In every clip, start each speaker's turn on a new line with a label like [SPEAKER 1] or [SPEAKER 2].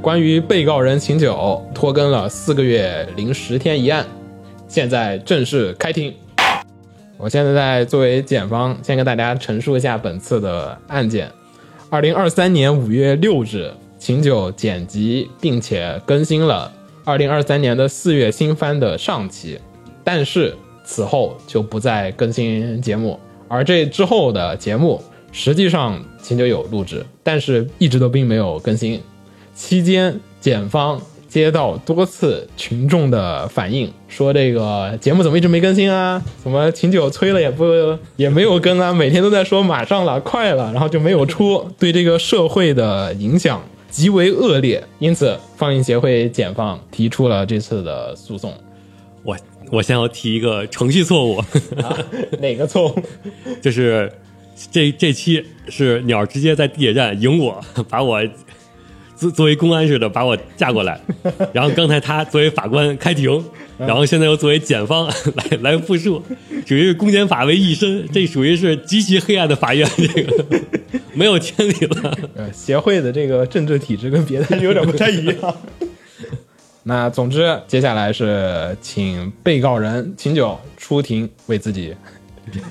[SPEAKER 1] 关于被告人秦九拖更了四个月零十天一案，现在正式开庭。我现在在作为检方，先跟大家陈述一下本次的案件。二零二三年五月六日，秦九剪辑并且更新了二零二三年的四月新番的上期，但是此后就不再更新节目。而这之后的节目，实际上秦九有录制，但是一直都并没有更新。期间，检方接到多次群众的反映，说这个节目怎么一直没更新啊？怎么秦九催了也不也没有更啊？每天都在说马上了，快了，然后就没有出，对这个社会的影响极为恶劣。因此，放映协会检方提出了这次的诉讼。
[SPEAKER 2] 我我先要提一个程序错误，
[SPEAKER 1] 啊、哪个错误？
[SPEAKER 2] 就是这这期是鸟直接在地铁站迎我，把我。作作为公安似的把我架 过来，然后刚才他作为法官开庭，
[SPEAKER 1] 嗯
[SPEAKER 2] 然后现在又作为检方 来来复述，属于公检法为一身，这属于是极其黑暗的法院， 这个没有天理了。
[SPEAKER 1] 呃，协会的这个政治体制跟别的有点不太一样。那总之，接下来是请被告人秦九出庭为自己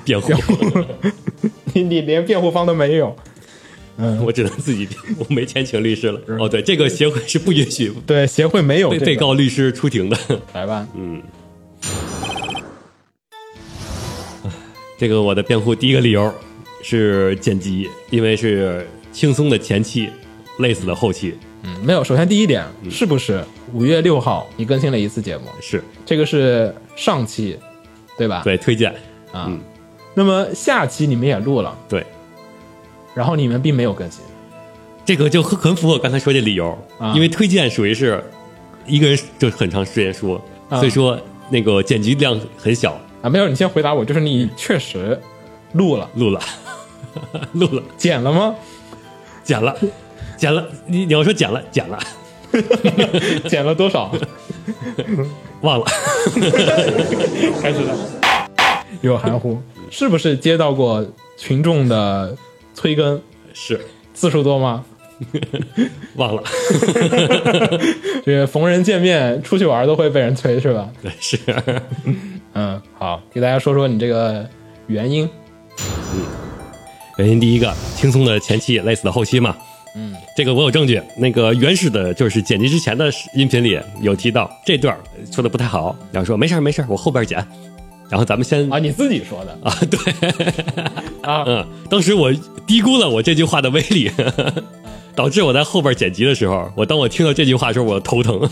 [SPEAKER 2] 辩护，
[SPEAKER 1] 你你连辩护方都没有。
[SPEAKER 2] 嗯，我只能自己，我没钱请律师了。哦，对，这个协会是不允许，
[SPEAKER 1] 对，协会没有
[SPEAKER 2] 被被告律师出庭的。
[SPEAKER 1] 来吧，
[SPEAKER 2] 嗯，这个我的辩护第一个理由是剪辑，因为是轻松的前期，累死的后期。
[SPEAKER 1] 嗯，没有。首先第一点，
[SPEAKER 2] 嗯
[SPEAKER 1] 是不是五月六号你更新了一次节目？
[SPEAKER 2] 是，
[SPEAKER 1] 这个是上期，对吧？
[SPEAKER 2] 对，推荐
[SPEAKER 1] 啊。嗯、那么下期你们也录了，
[SPEAKER 2] 对。
[SPEAKER 1] 然后你们并没有更新，
[SPEAKER 2] 这个就很很符合我刚才说这理由，啊、因为推荐属于是一个人就很长时间说，啊、所以说那个剪辑量很小
[SPEAKER 1] 啊。没有，你先回答我，就是你确实录了，
[SPEAKER 2] 录了， 录了，
[SPEAKER 1] 剪了吗？
[SPEAKER 2] 剪了，剪了，你你要说剪了，剪了，
[SPEAKER 1] 剪了多少？
[SPEAKER 2] 忘了，
[SPEAKER 1] 开始了，有含 糊，是不是接到过群众的？催更
[SPEAKER 2] 是
[SPEAKER 1] 次数多吗？
[SPEAKER 2] 忘了，
[SPEAKER 1] 这个逢人见面出去玩都会被人催是吧？
[SPEAKER 2] 对，是。
[SPEAKER 1] 嗯，好，给大家说说你这个原因。
[SPEAKER 2] 嗯，原因第一个，轻松的前期，累死的后期嘛。
[SPEAKER 1] 嗯，
[SPEAKER 2] 这个我有证据。那个原始的，就是剪辑之前的音频里有提到这段说的不太好，然后说没事儿没事儿，我后边剪。然后咱们先
[SPEAKER 1] 啊，你自己说的
[SPEAKER 2] 啊，对
[SPEAKER 1] 啊，
[SPEAKER 2] 嗯，当时我低估了我这句话的威力， 呵呵导致我在后边剪辑的时候，我当我听到这句话的时候，我头疼，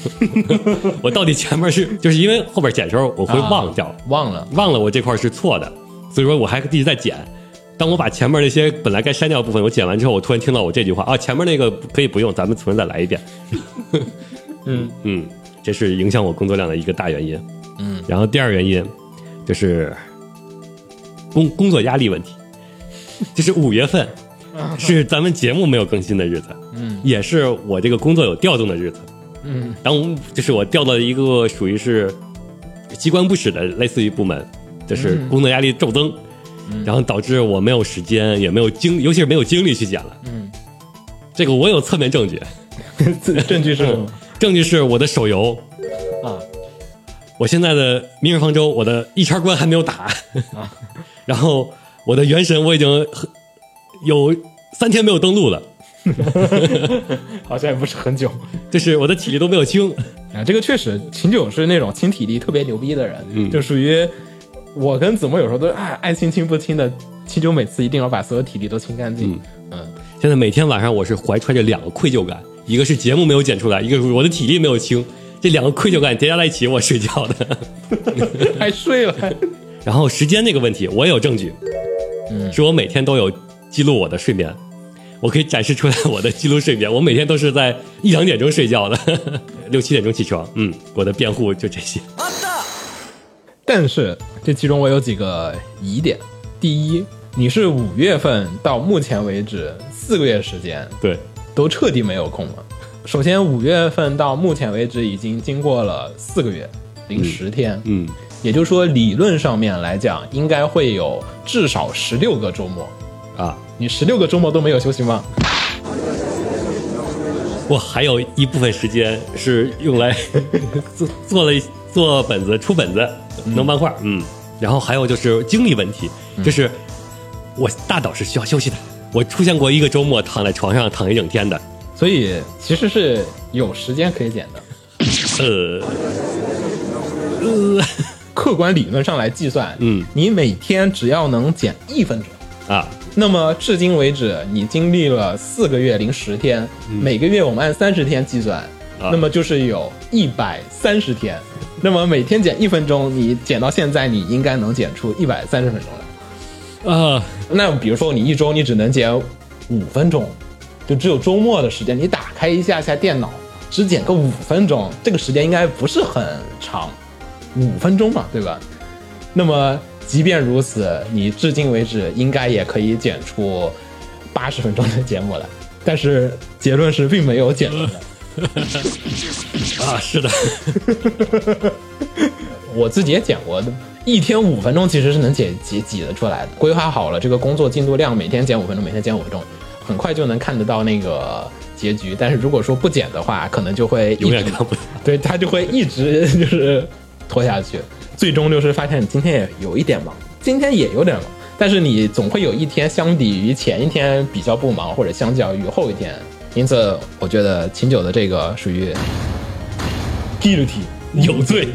[SPEAKER 2] 我到底前面是就是因为后边剪的时候我会忘掉，啊、
[SPEAKER 1] 忘 了
[SPEAKER 2] 忘了我这块是错的，所以说我还一直在剪。当我把前面那些本来该删掉部分我剪完之后，我突然听到我这句话啊，前面那个可以不用，咱们重新再来一遍。
[SPEAKER 1] 嗯
[SPEAKER 2] 嗯，这是影响我工作量的一个大原因。
[SPEAKER 1] 嗯，
[SPEAKER 2] 然后第二原因。就是工工作压力问题，就是五 月份是咱们节目没有更新的日子，
[SPEAKER 1] 嗯，
[SPEAKER 2] 也是我这个工作有调动的日子，
[SPEAKER 1] 嗯，
[SPEAKER 2] 然后就是我调到一个属于是机关不使的类似于部门，就是工作压力骤增，
[SPEAKER 1] 嗯、
[SPEAKER 2] 然后导致我没有时间，也没有精，尤其是没有精力去剪了，
[SPEAKER 1] 嗯，
[SPEAKER 2] 这个我有侧面证据，
[SPEAKER 1] 证据是什么？
[SPEAKER 2] 证据是我的手游
[SPEAKER 1] 啊。
[SPEAKER 2] 我现在的《明日方舟》，我的一圈关还没有打，
[SPEAKER 1] 啊、
[SPEAKER 2] 然后我的《原神》我已经有三天没有登录了，
[SPEAKER 1] 好像也不是很久，
[SPEAKER 2] 就是我的体力都没有轻
[SPEAKER 1] 啊。这个确实，秦九是那种轻体力特别牛逼的人，
[SPEAKER 2] 嗯、
[SPEAKER 1] 就属于我跟子墨有时候都哎爱轻轻不轻的，秦九每次一定要把所有体力都清干净。嗯，嗯
[SPEAKER 2] 现在每天晚上我是怀揣着两个愧疚感，一个是节目没有剪出来，一个是我的体力没有清。这两个愧疚感叠加在一起，我睡觉的
[SPEAKER 1] 还睡了。
[SPEAKER 2] 然后时间这个问题，我也有证据，
[SPEAKER 1] 嗯，
[SPEAKER 2] 是我每天都有记录我的睡眠，我可以展示出来我的记录睡眠。我每天都是在一两点钟睡觉的， 六七点钟起床。嗯，我的辩护就这些。
[SPEAKER 1] 但是这其中我有几个疑点。第一，你是五月份到目前为止四个月时间，
[SPEAKER 2] 对，
[SPEAKER 1] 都彻底没有空了。首先，五月份到目前为止已经经过了四个月零十天，
[SPEAKER 2] 嗯，嗯
[SPEAKER 1] 也就是说，理论上面来讲，应该会有至少十六个周末
[SPEAKER 2] 啊。
[SPEAKER 1] 你十六个周末都没有休息吗？
[SPEAKER 2] 我还有一部分时间是用来 做做了一做本子、出本子、弄漫画，嗯，然后还有就是精力问题，就是我大脑是需要休息的。我出现过一个周末躺在床上躺一整天的，
[SPEAKER 1] 所以其实是有时间可以剪的。
[SPEAKER 2] 呃，
[SPEAKER 1] 客观理论上来计算，
[SPEAKER 2] 嗯，
[SPEAKER 1] 你每天只要能剪一分钟，
[SPEAKER 2] 啊，
[SPEAKER 1] 那么至今为止你经历了四个月零十天，每个月我们按三十天计算，
[SPEAKER 2] 啊
[SPEAKER 1] 那么就是有一百三十天。那么每天剪一分钟，你剪到现在，你应该能剪出一百三十分钟来。
[SPEAKER 2] 啊，
[SPEAKER 1] 那比如说你一周你只能剪五分钟，就只有周末的时间，你打开一下下电脑，只剪个五分钟，这个时间应该不是很长，五分钟嘛，对吧？那么即便如此，你至今为止应该也可以剪出八十分钟的节目来，但是结论是并没有剪出来。
[SPEAKER 2] 啊，是的，
[SPEAKER 1] 我自己也剪过的，一天五分钟其实是能剪挤挤得出来的。规划好了这个工作进度量，每天剪五分钟，每天剪五分钟，很快就能看得到那个结局。但是如果说不剪的话，可能就会一直
[SPEAKER 2] 永远看不到。
[SPEAKER 1] 对他就会一直就是拖下去，最终就是发现你今天也有一点忙，今天也有点忙，但是你总会有一天相比于前一天比较不忙，或者相较于后一天。因此，我觉得秦九的这个属于 guilty。
[SPEAKER 2] 有罪，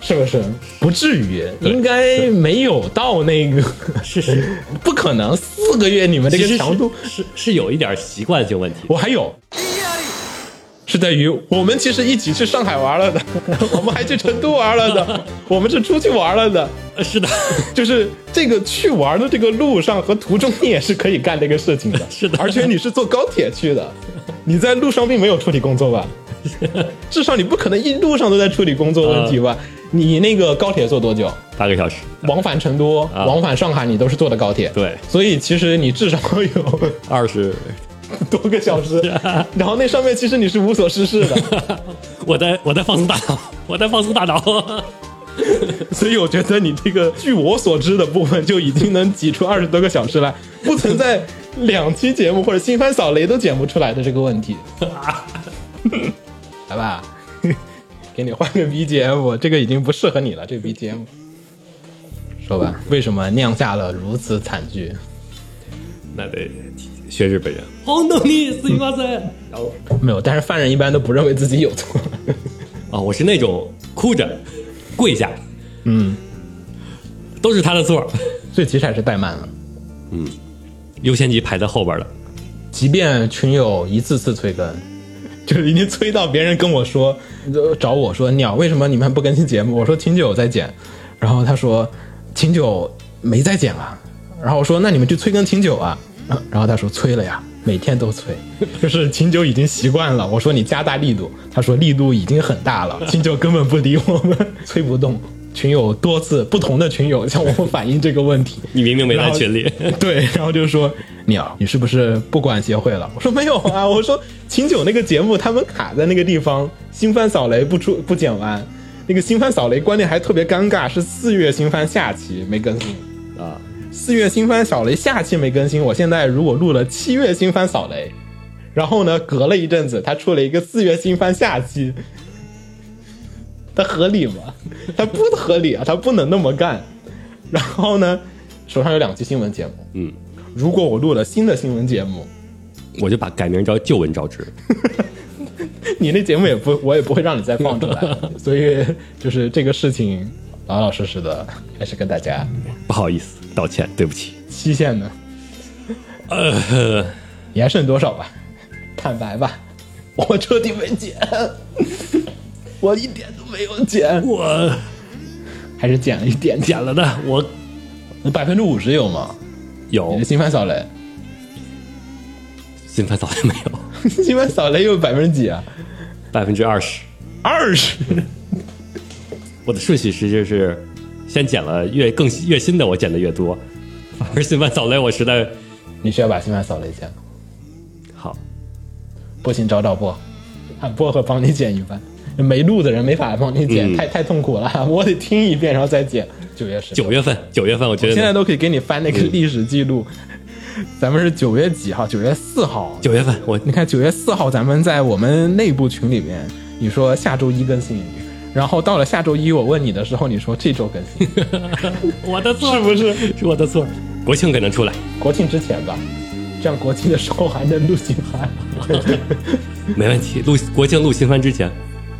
[SPEAKER 1] 是不是？不至于，应该没有到那个，
[SPEAKER 2] 是 是，
[SPEAKER 1] 不可能四个月你们这
[SPEAKER 2] 其
[SPEAKER 1] 个
[SPEAKER 2] 实
[SPEAKER 1] 强度，
[SPEAKER 2] 是是是有一点习惯性问题。
[SPEAKER 1] 我还有。是在于我们其实一起去上海玩了的， 我们还去成都玩了 的，我们是出去玩了的，
[SPEAKER 2] 呃是的，
[SPEAKER 1] 就是这个去玩的这个路上和途中，你也是可以干这个事情的。
[SPEAKER 2] 是的
[SPEAKER 1] 而且你 是坐高铁去的，你在路上并没有处理工作 吧？至少你不可能一路上都在处理工作问题吧？你那个高铁坐多久？
[SPEAKER 2] 八个小时，
[SPEAKER 1] 往返成都、
[SPEAKER 2] 啊
[SPEAKER 1] 往返上海，你都是坐的高铁。
[SPEAKER 2] 对
[SPEAKER 1] 所以其实你至少有
[SPEAKER 2] 二十
[SPEAKER 1] 多个小 时，然后那上面其实你是无所事事的。
[SPEAKER 2] 我在我在放松大 脑，我在放松大脑。
[SPEAKER 1] 所以我觉得你这个，据我所知的部分，就已经能挤出二十多个小时来，不存在两期节目或者新番扫雷都剪不出来的这个问 题。来吧，给你换个 BGM，这个已经不适合你了，这个 BGM。说吧，为什么酿下了如此惨剧？
[SPEAKER 2] 那得学日本人。红豆泥すみません。然后
[SPEAKER 1] 没有，但是犯人一般都不认为自己有错。
[SPEAKER 2] 啊，我是那种哭着跪下，
[SPEAKER 1] 嗯，
[SPEAKER 2] 都是他的错，
[SPEAKER 1] 所以其实还是怠慢了。
[SPEAKER 2] 优先级排在后边了。
[SPEAKER 1] 即便群友一次次催更， 就是已经催到别人跟我说，呃找我说鸟为什么你们还不更新节目？我说秦九在剪，然后他说秦九没在剪啊，然后我说那你们去催更秦九啊， 啊然后他说催了呀，每天都催，就是秦九已经习惯了。我说你加大力度，他说力度已经很大了，秦九根本不理我们， 催不动。群友多次不同的群友向我们反映这个问题，
[SPEAKER 2] 你明明没在群里，
[SPEAKER 1] 对，然后就说鸟，你是不是不管协会了？我说没有啊，我说秦九那个节目他们卡在那个地方，新番扫雷不出不剪完，那个新番扫雷观念还特别尴尬，是四月新番下期没更新，
[SPEAKER 2] 啊，
[SPEAKER 1] 四月新番扫雷下期没更新，我现在如果录了七月新番扫雷，然后呢，隔了一阵子他出了一个四月新番下期， 它合理吗？ 它不合理啊，它不能那么干。然后呢，手上有两期新闻节目。
[SPEAKER 2] 嗯，
[SPEAKER 1] 如果我录了新的新闻节目，
[SPEAKER 2] 我就把改名叫旧闻招之。
[SPEAKER 1] 你那节目也不，我也不会让你再放出来。所以就是这个事情，老老实实的，还是跟大家
[SPEAKER 2] 不好意思，道歉，对不起。
[SPEAKER 1] 期限呢，
[SPEAKER 2] 呃，
[SPEAKER 1] 你还剩多少吧？ 坦白吧，我彻底没剪， 我一点都没有剪，
[SPEAKER 2] 我
[SPEAKER 1] 还是剪了一点点，
[SPEAKER 2] 剪了的，我
[SPEAKER 1] 百分之五十有吗？
[SPEAKER 2] 有
[SPEAKER 1] 你的新番扫 雷，
[SPEAKER 2] 新番扫雷没有？
[SPEAKER 1] 新番扫雷有百分之几啊？
[SPEAKER 2] 百分之二十。
[SPEAKER 1] 二十。
[SPEAKER 2] 我的顺序其实是先剪了越更越新的，我剪的越多，反而新番扫雷我实在
[SPEAKER 1] 你需要把新番扫雷剪了，
[SPEAKER 2] 好。
[SPEAKER 1] 不行找找薄，喊薄荷帮你剪一番。没录的人没法帮你剪，
[SPEAKER 2] 嗯
[SPEAKER 1] 太太痛苦了， 我得听一遍然后再剪。九月十，
[SPEAKER 2] 九月份，九月份我觉得
[SPEAKER 1] 现在都可以给你翻那个历史记录， 咱们是九月几号？九月四号。
[SPEAKER 2] 九月份我
[SPEAKER 1] 你看九月四号，咱们在我们内部群里面，你说下周一更新，然后到了下周一我问你的时候，你说这周更新，
[SPEAKER 2] 我的错是不是？是我的错。国庆可能出来，
[SPEAKER 1] 国庆之前吧，这样国庆的时候还能录新番。
[SPEAKER 2] 没问题。录国庆录新番之前，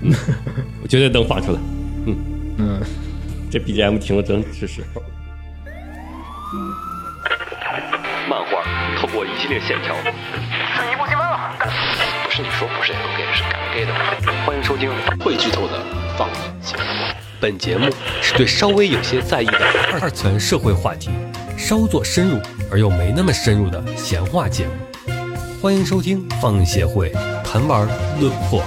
[SPEAKER 2] 嗯，我绝对能放出来。嗯
[SPEAKER 1] 嗯，
[SPEAKER 2] 这 BGM 停了真是时候。
[SPEAKER 3] 漫画透过一系列线条，
[SPEAKER 4] 是一部新番了。
[SPEAKER 3] 不是你说不是 L K 是改 K 的。欢迎收听会剧透的放映节目。本节目是对稍微有些在意的
[SPEAKER 5] 二次元社会话题，稍作深入而又没那么深入的闲话节目。欢迎收听放映协会谈玩论破。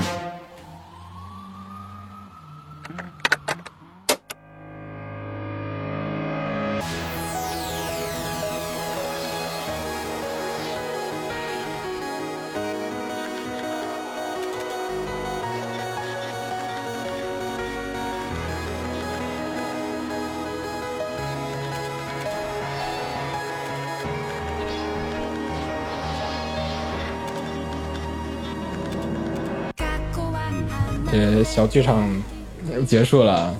[SPEAKER 1] 这呃小剧场结束了，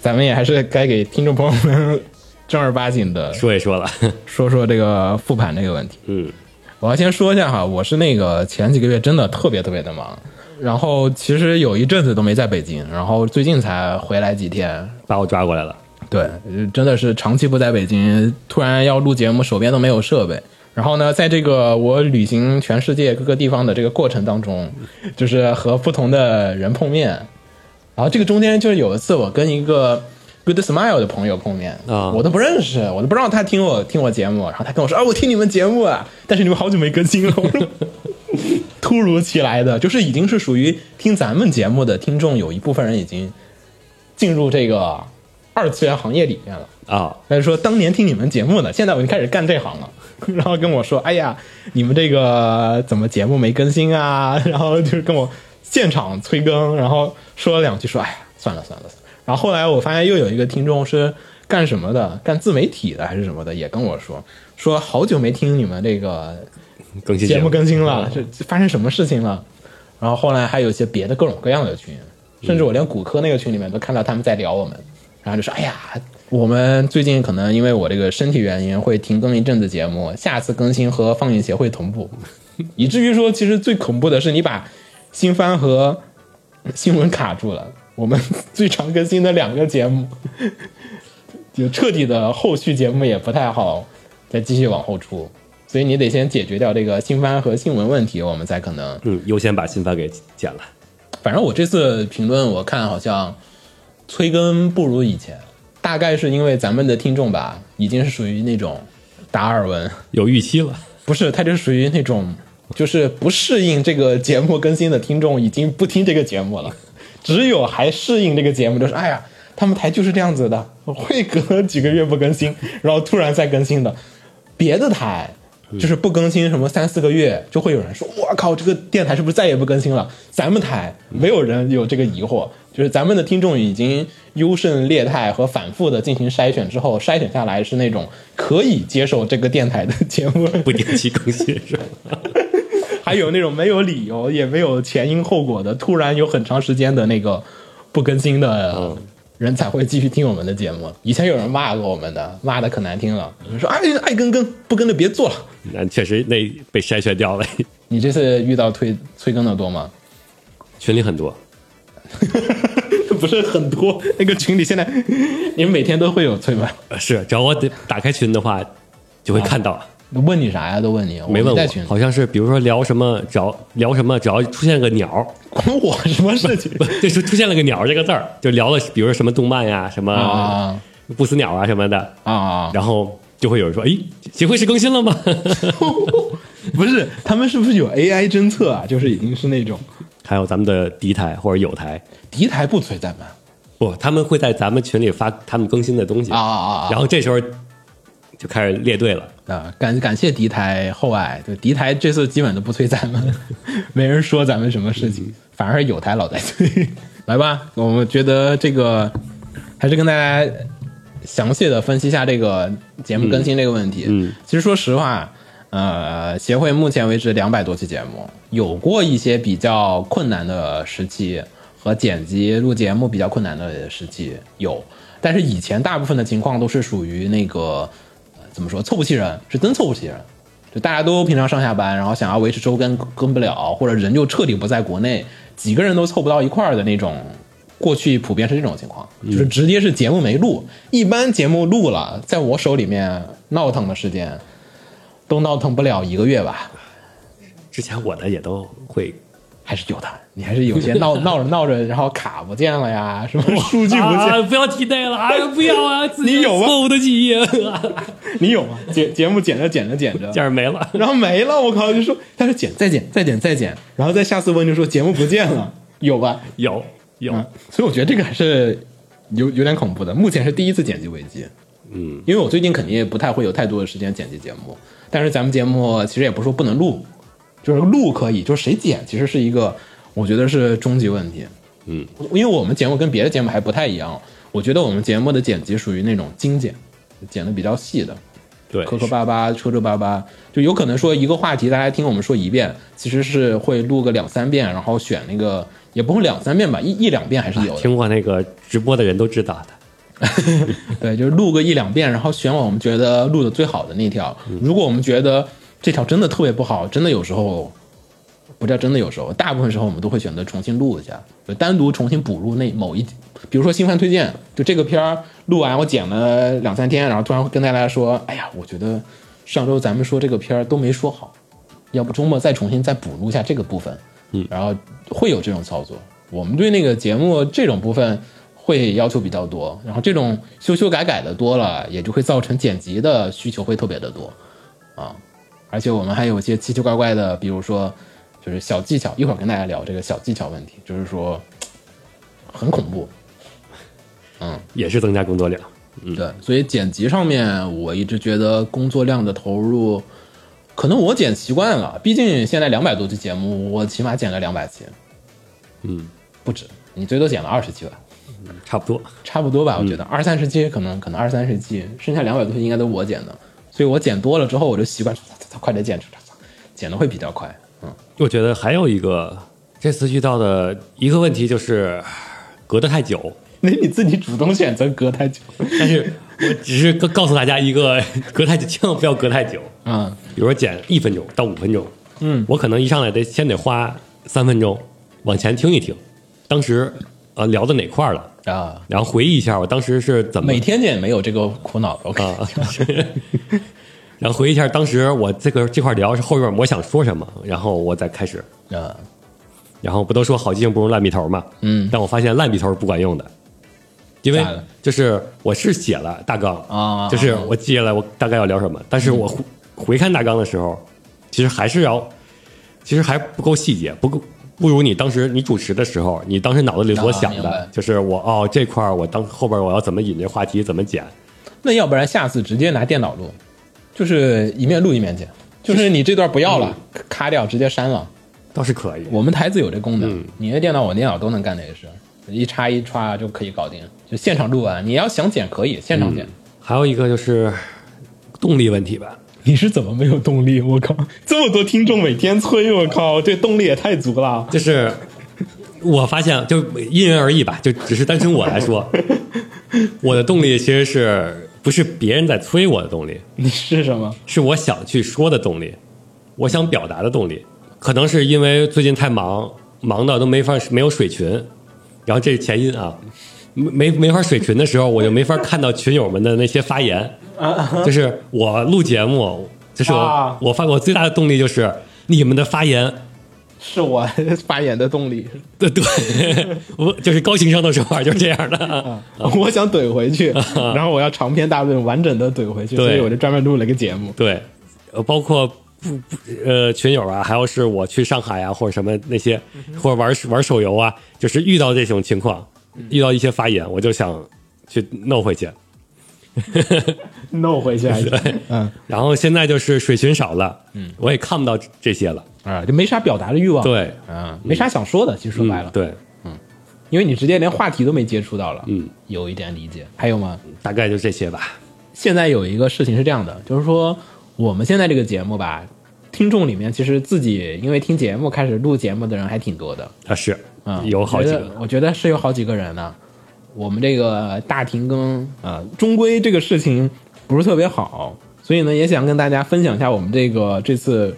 [SPEAKER 1] 咱们也还是该给听众朋友们正儿八经的
[SPEAKER 2] 说一说了，
[SPEAKER 1] 说说这个复盘这个问题。
[SPEAKER 2] 嗯，
[SPEAKER 1] 我要先说一下哈，我是那个前几个月真的特别特别的忙，然后其实有一阵子都没在北京，然后最近才回来几天。
[SPEAKER 2] 把我抓过来了。
[SPEAKER 1] 对，呃真的是长期不在北京，突然要录节目，手边都没有设备。然后呢，在这个我旅行全世界各个地方的这个过程当中，就是和不同的人碰面。然后这个中间就是有一次我跟一个 Good Smile 的朋友碰面
[SPEAKER 2] 啊
[SPEAKER 1] 我都不认识，我都不知道他听我听我节目。然后他跟我说啊，我听你们节目啊，但是你们好久没更新了。我说 突如其来的，就是已经是属于听咱们节目的听众，有一部分人已经进入这个二次元行业里面了。
[SPEAKER 2] 啊、
[SPEAKER 1] 他就说当年听你们节目呢，现在我就开始干这行了。 然后跟我说，哎呀，你们这个怎么节目没更新啊？然后就是跟我现场催更，然后说了两句，说哎呀，算了算了算了。然后后来我发现又有一个听众是干什么的，干自媒体的还是什么的，也跟我说，说好久没听你们这个
[SPEAKER 2] 更新
[SPEAKER 1] 节目嗯更新了，这这发生什么事情了？然后后来还有一些别的各种各样的群，甚至我连骨科那个群里面都看到他们在聊我们，然后就说：“哎呀，我们最近可能因为我这个身体原因会停更一阵子节目，下次更新和放映协会同 步。”以至于说，其实最恐怖的是你把新番和新闻卡住了，我们最常更新的两个节目， 就彻底的后续节目也不太好再继续往后出。所以你得先解决掉这个新番和新闻问题，我们才可能。
[SPEAKER 2] 嗯，优先把新番给剪了。
[SPEAKER 1] 反正我这次评论，我看好像催更不如以前，大概是因为咱们的听众吧，已经是属于那种达尔文，
[SPEAKER 2] 有预期了，
[SPEAKER 1] 不是，他就属于那种就是不适应这个节目更新的听众，已经不听这个节目了， 只有还适应这个节目，就是哎呀，他们台就是这样子的，会隔几个月不更新，然后突然再更新的，别的台。就是不更新什么三四个月，就会有人说：“我靠，这个电台是不是再也不更新了？”咱们台没有人有这个疑惑，就是咱们的听众已经优胜劣汰和反复的进行筛选之后，筛选下来是那种可以接受这个电台的节目，
[SPEAKER 2] 不定期更新 是吧？
[SPEAKER 1] 还有那种没有理由也没有前因后果的，突然有很长时间的那个不更新的
[SPEAKER 2] 嗯
[SPEAKER 1] 人才会继续听我们的节目。以前有人骂过我们的，骂的可难听了，有人嗯说哎爱跟跟不跟就别做了。
[SPEAKER 2] 那确实那被筛选掉了，
[SPEAKER 1] 你这次遇到推催更的多吗？
[SPEAKER 2] 群里很多。
[SPEAKER 1] 不是很多，那个群里现在你们每天都会有催吗？
[SPEAKER 2] 呃是，只要我得打开群的话，就会看到。
[SPEAKER 1] 问你啥呀？都问你，
[SPEAKER 2] 没问
[SPEAKER 1] 啊我在
[SPEAKER 2] 我
[SPEAKER 1] 群，里，
[SPEAKER 2] 好像是比如说聊什么，只要聊什么，只要出现个鸟，
[SPEAKER 1] 关我什么事情
[SPEAKER 2] 不 就是出现了个鸟这个字儿，就聊了，比如说什么动漫呀、什么
[SPEAKER 1] 啊
[SPEAKER 2] 不死鸟啊什么的，
[SPEAKER 1] 啊！
[SPEAKER 2] 然后就会有人说，哎，协会是更新了吗？
[SPEAKER 1] 不是，他们是不是有 AI 侦测啊？就是已经是那种
[SPEAKER 2] 还有咱们的敌台或者友台，
[SPEAKER 1] 敌台不催咱们
[SPEAKER 2] 不，他们会在咱们群里发他们更新的东西
[SPEAKER 1] 啊啊
[SPEAKER 2] 然后这时候就开始列队了。
[SPEAKER 1] 啊，感感谢敌台厚爱，就敌台这次基本都不催咱们， 没人说咱们什么事情，反而是有台 老在催。来吧，我们觉得这个还是跟大家详细的分析一下这个节目更新这个问题。
[SPEAKER 2] 嗯嗯
[SPEAKER 1] 其实说实话，呃，协会目前为止两百多期节目，有过一些比较困难的时期和剪辑录节目比较困难的时期有，但是以前大部分的情况都是属于那个、呃怎么说凑不齐人，是真凑不齐人。就大家都平常上下班，然后想要维持周更更不了，或者人就彻底不在国内，几个人都凑不到一块儿的那种。过去普遍是这种情况，就是直接是节目没录。一般节目录了，在我手里面闹腾的时间，都闹腾不了一个月吧，
[SPEAKER 2] 之前我的也都会
[SPEAKER 1] 还是有的。你还是有些 闹闹着闹着，然后卡不见了呀，什么数据不见，
[SPEAKER 2] 啊，不要提那了，哎呀，不要 啊，自己
[SPEAKER 1] 你有吗
[SPEAKER 2] 错误的记忆，
[SPEAKER 1] 你有吗？节节目剪着剪着剪着，
[SPEAKER 2] 这样没了。
[SPEAKER 1] 然后没了，我靠！就说他说剪再剪再剪再剪，然后再下次问就说节目不见了，有吧？
[SPEAKER 2] 有有，
[SPEAKER 1] 嗯，所以我觉得这个还是有有点恐怖的。目前是第一次剪辑危机，嗯，因为我最近肯定也不太会有太多的时间剪辑节目，但是咱们节目其实也不是说不能录，就是录可以，就是谁剪其实是一个我觉得是终极问题，嗯，因为我们节目跟别的节目还不太一样，我觉得我们节目的剪辑属于那种精简，剪的比较细的，
[SPEAKER 2] 对，
[SPEAKER 1] 磕磕巴巴、磕磕巴巴，就有可能说一个话题，大家听我们说一遍，其实是会录个两三遍，然后选那个也不会两三遍吧，一一两遍还是有的。
[SPEAKER 2] 听过那个直播的人都知道的。
[SPEAKER 1] 对，就是录个一两遍，然后选我们觉得录的最好的那条。如果我们觉得这条真的特别不好，真的有时候不叫真的有时候，大部分时候我们都会选择重新录一下，就单独重新补录那某一，比如说新番推荐，就这个片儿录完我剪了两三天，然后突然跟大家说，哎呀，我觉得上周咱们说这个片儿都没说好，要不周末再重新再补录一下这个部分，嗯，然后会有这种操作。我们对那个节目这种部分会要求比较多，然后这种修修改改的多了，也就会造成剪辑的需求会特别的多，啊，而且我们还有一些奇奇怪怪的，比如说就是小技巧，一会儿跟大家聊这个小技巧问题，就是说很恐怖，
[SPEAKER 2] 也是增加工作量。
[SPEAKER 1] 对，所以剪辑上面，我一直觉得工作量的投入，可能我剪习惯了，毕竟现在两百多期节目，我起码剪了两百期，
[SPEAKER 2] 嗯，
[SPEAKER 1] 不止，你最多剪了二十期吧，
[SPEAKER 2] 差不多。
[SPEAKER 1] 差不多吧，我觉得二三十期可能可能二三十期，剩下两百多期应该都是我剪的，所以我剪多了之后，我就习惯，快点剪，剪的会比较快，嗯，
[SPEAKER 2] 我觉得还有一个这次遇到的一个问题就是隔得太久，
[SPEAKER 1] 那你自己主动选择隔太久，
[SPEAKER 2] 但是我只是告告诉大家一个 隔太久，千万不要隔太久。
[SPEAKER 1] 嗯
[SPEAKER 2] 比如说剪一分钟到五分钟，
[SPEAKER 1] 嗯，
[SPEAKER 2] 我可能一上来得先得花三分钟往前听一听，当时呃聊到哪块儿了，
[SPEAKER 1] 啊，
[SPEAKER 2] 然后回忆一下我当时是怎么
[SPEAKER 1] 每天剪没有这个苦恼的，OK，、
[SPEAKER 2] 啊，然后回忆一下当时我这个这块聊是后边我想说什么，然后我再开始。
[SPEAKER 1] 啊，
[SPEAKER 2] 然后不都说好记性不如烂笔头嘛，
[SPEAKER 1] 嗯
[SPEAKER 2] 但我发现烂笔头是不管用的，因为
[SPEAKER 1] 咋了
[SPEAKER 2] 就是我是写了大纲
[SPEAKER 1] 啊嗯
[SPEAKER 2] 就是我记下来我大概要聊什么，但是我回回看大纲的时候，其实还是要，其实还不够细节，不够。不如你当时你主持的时候，你当时脑子里所
[SPEAKER 1] 啊
[SPEAKER 2] 想
[SPEAKER 1] 明
[SPEAKER 2] 的
[SPEAKER 1] 白，
[SPEAKER 2] 就是我哦这块儿我当后边我要怎么引这话题，怎么剪，
[SPEAKER 1] 那要不然下次直接拿电脑录，就是一面录一面剪，就是你这段不要了，咔掉直接删了。
[SPEAKER 2] 倒是可以。
[SPEAKER 1] 嗯我们台子有这功能，你的电脑我电脑都能干这个事，一插一插就可以搞定，就现场录完。你要想剪可以现场剪。
[SPEAKER 2] 还有一个就是动力问题吧，
[SPEAKER 1] 你是怎么没有动力？我靠，这么多听众每天催，我靠，这动力也太足了。
[SPEAKER 2] 就是我发现，就因人而异吧，就只是单纯我 来说，我的动力其实是不是别人在催我的动力，
[SPEAKER 1] 你是什么？
[SPEAKER 2] 是我想去说的动力，我想表达的动力。可能是因为最近太忙，忙到都没法没有水群，然后这是前因啊，没没没法水群的时候，我就没法看到群友们的那些发言。就是我录节目，就是我、
[SPEAKER 1] 啊
[SPEAKER 2] 我发我最大的动力就是你们的发言
[SPEAKER 1] 是我 发言的动力。
[SPEAKER 2] 对对，我就是高情商的说法就是这样
[SPEAKER 1] 嗯
[SPEAKER 2] 的。 啊
[SPEAKER 1] 我想怼回 去，然后我要长篇大论、完整的怼回去，
[SPEAKER 2] 对
[SPEAKER 1] 所以我就专门录了一个节目。
[SPEAKER 2] 对，呃，包括不不呃群友啊，还有是我去上海啊或者什么那些，
[SPEAKER 1] 嗯
[SPEAKER 2] 或者玩玩手游啊，就是遇到这种情况，
[SPEAKER 1] 嗯
[SPEAKER 2] 遇到一些发言，我就想去弄回 去。
[SPEAKER 1] 弄回去还是嗯
[SPEAKER 2] 然后现在就是水群少了，嗯，我也看不到这些了。
[SPEAKER 1] 啊，就没啥表达的欲望。
[SPEAKER 2] 对，嗯
[SPEAKER 1] 啊，没啥想说的，其实说白了。
[SPEAKER 2] 对，嗯，
[SPEAKER 1] 因为你直接连话题都没接触到了，
[SPEAKER 2] 嗯，
[SPEAKER 1] 有一点理解。还有吗？
[SPEAKER 2] 大概就这些吧。
[SPEAKER 1] 现在有一个事情是这样的，就是说我们现在这个节目吧，听众里面其实自己因为听节目开始录节目的人还挺多的，
[SPEAKER 2] 啊，是，
[SPEAKER 1] 嗯，
[SPEAKER 2] 有好几
[SPEAKER 1] 我觉
[SPEAKER 2] 个
[SPEAKER 1] 得，我觉得是有好几个人呢。我们这个大停更，呃，终归这个事情不是特别好，所以呢，也想跟大家分享一下我们这个这次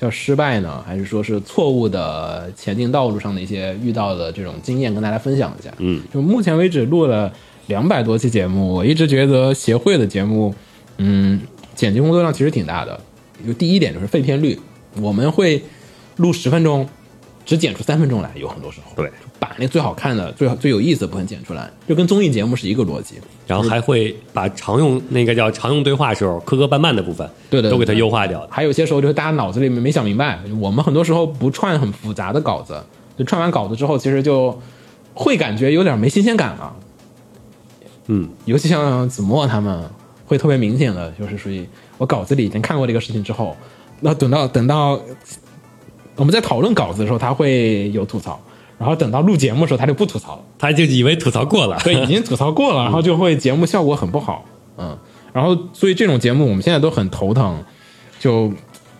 [SPEAKER 1] 叫失败呢，还是说是错误的前进道路上的一些遇到的这种经验，跟大家分享一下。
[SPEAKER 2] 嗯，
[SPEAKER 1] 就目前为止录了两百多期节目，我一直觉得协会的节目，嗯，剪辑工作量其实挺大的。就第一点就是废片率，我们会录十分钟，只剪出三分钟来，有很多时候。
[SPEAKER 2] 对，
[SPEAKER 1] 把那最好看的、最好最有意思的部分剪出来，就跟综艺节目是一个逻辑。
[SPEAKER 2] 然后还会把常用那个叫常用对话时候磕磕绊绊的部分，
[SPEAKER 1] 对的
[SPEAKER 2] 都给它
[SPEAKER 1] 对的
[SPEAKER 2] 优化掉的。
[SPEAKER 1] 还有些时候就是大家脑子里面没想明白，我们很多时候不串很复杂的稿子，就串完稿子之后，其实就会感觉有点没新鲜感了。
[SPEAKER 2] 嗯，
[SPEAKER 1] 尤其像子墨他们，会特别明显的就是属于我稿子里已经看过这个事情之后，那等到等到我们在讨论稿子的时候，他会有吐槽，然后等到录节目的时候，他就不吐槽了。
[SPEAKER 2] 他就以为吐槽过了，
[SPEAKER 1] 对，已经吐槽过了，然后就会节目效果很不好，嗯，然后所以这种节目我们现在都很头疼，就